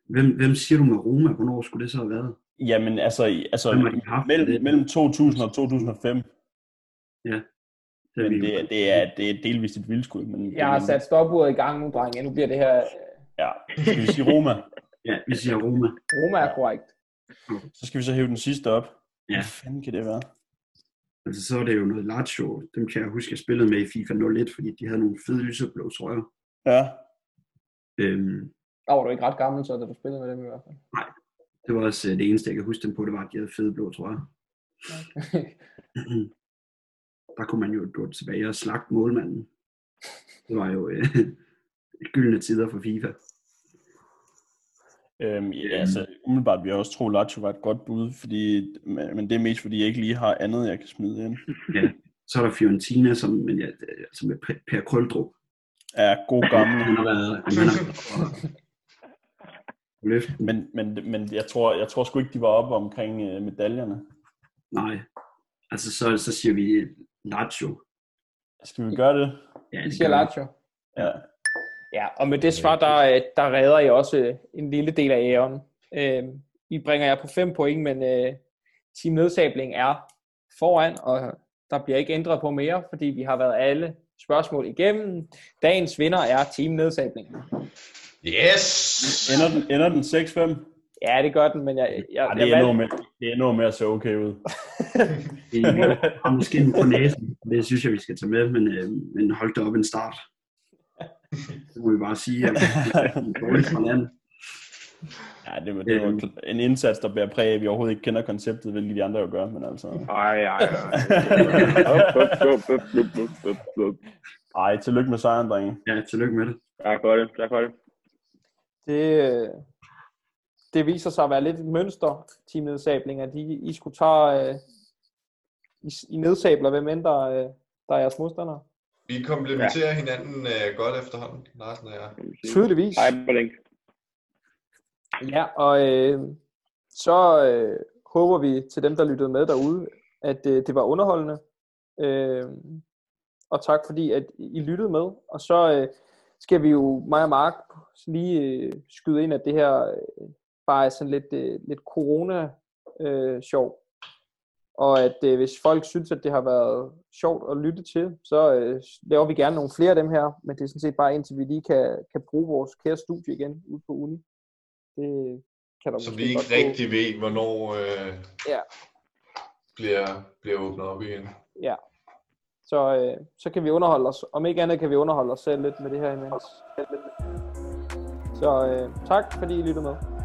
[SPEAKER 4] Hvem, hvem siger du med Roma? Hvornår skulle det så have været?
[SPEAKER 3] Jamen, altså, i- altså
[SPEAKER 4] Hvem har de haft?
[SPEAKER 3] mellem, mellem 2000 og 2005.
[SPEAKER 4] Ja. er
[SPEAKER 3] Men
[SPEAKER 4] vi jo-
[SPEAKER 3] det, er- det, er, det er delvist et vildskud. Men,
[SPEAKER 1] Jeg har sat stopuret i gang nu, drenge. Nu bliver det her... øh,
[SPEAKER 3] Ja. Skal vi sige Roma?
[SPEAKER 4] Ja, vi siger Roma.
[SPEAKER 1] Roma er korrekt.
[SPEAKER 3] Så skal vi så hæve den sidste op.
[SPEAKER 4] Ja.
[SPEAKER 3] Hvad fanden kan det være?
[SPEAKER 4] Altså, så er det jo noget Lazio. Dem kan jeg huske, jeg spillede med i FIFA 01, fordi de havde nogle fede lyseblå trøjer.
[SPEAKER 3] Ja.
[SPEAKER 4] Øhm,
[SPEAKER 1] Der var du ikke ret gammel, så da du spillede med dem i hvert fald.
[SPEAKER 4] det var også øh, det eneste, jeg kan huske dem på, det var, at de havde fede blå trøjer. der kunne man jo gå tilbage og slagte målmanden. Det var jo øh, gyldne tider for FIFA.
[SPEAKER 3] Øhm, ja, altså, umiddelbart vil jeg også tro, at Lazio var et godt bud, fordi, men men det er mest, fordi jeg ikke lige har andet, jeg kan smide ind.
[SPEAKER 4] Så er der Fiorentina, som, men ja, altså med Per- Per Krøldrup.
[SPEAKER 3] Er god gammel.
[SPEAKER 4] Han har været... Han har, løft.
[SPEAKER 3] Men, men, men jeg, tror, jeg tror sgu ikke, de var oppe omkring øh, medaljerne.
[SPEAKER 4] Nej. Altså, så, så siger vi Lazio.
[SPEAKER 3] Skal vi gøre det?
[SPEAKER 4] Ja,
[SPEAKER 1] Vi
[SPEAKER 4] det
[SPEAKER 1] siger
[SPEAKER 4] gør vi.
[SPEAKER 1] Lazio.
[SPEAKER 3] Ja.
[SPEAKER 1] Ja, og med det svar, der, øh, der redder jeg også øh, en lille del af æren. Øh, I bringer jeg på fem point, men øh, Team Nedsabling er foran, og der bliver ikke ændret på mere, fordi vi har været alle spørgsmål igennem. Dagens vinder er Team Nedsabling.
[SPEAKER 2] Yes!
[SPEAKER 3] Ender den, ender den 6-5?
[SPEAKER 1] Ja, det gør den, men jeg, jeg,
[SPEAKER 3] Ja,
[SPEAKER 1] jeg,
[SPEAKER 3] det, ender
[SPEAKER 1] valgte,
[SPEAKER 3] med, det ender med at se okay ud.
[SPEAKER 4] Det har måske en på næsen. Det synes jeg, vi skal tage med, men, øh, men hold da op en start. Det må vi bare sige, at det er dårligt fra land.
[SPEAKER 3] Ja, det, var- det var
[SPEAKER 4] Øhm.
[SPEAKER 3] kl- en indsats, der bærer præg af, at vi overhovedet ikke kender konceptet, hvilket de andre jo gør, men altså...
[SPEAKER 5] Ej, ej, ej. Op, op, op, op, op, op, op, op.
[SPEAKER 3] Ej, tillykke med sejren, drenge.
[SPEAKER 4] Ja, tillykke med det.
[SPEAKER 5] Tak for det, tak for det.
[SPEAKER 1] det, øh, det viser sig at være lidt et mønster, Team Nedsabling, at I, I skulle tage... Øh, I, I nedsabler, hvem end der, øh, der er jeres modstandere.
[SPEAKER 2] Vi komplementerer ja. hinanden øh, godt efterhånden, Larsen og jeg.
[SPEAKER 1] Tydeligvis.
[SPEAKER 5] Hyperlink.
[SPEAKER 1] Ja, og øh, så øh, håber vi til dem, der lyttede med derude, at øh, det var underholdende. Øh, og tak fordi, at I lyttede med. Og så øh, skal vi jo, mig og Mark, lige øh, skyde ind, at det her øh, bare er sådan lidt, øh, lidt corona-sjov. Og at øh, hvis folk synes, at det har været sjovt at lytte til, så øh, laver vi gerne nogle flere af dem her. Men det er sådan set bare indtil vi lige kan, kan bruge vores kære studie igen ude på uni. Det øh, kan der
[SPEAKER 2] Som vi
[SPEAKER 1] måske godt
[SPEAKER 2] ikke
[SPEAKER 1] gå-
[SPEAKER 2] rigtig ved, hvornår øh,
[SPEAKER 1] Ja.
[SPEAKER 2] bliver, bliver åbnet op igen.
[SPEAKER 1] Så, øh, så kan vi underholde os. Om ikke andet kan vi underholde os selv lidt med det her imens. Så øh, tak fordi I lyttede med.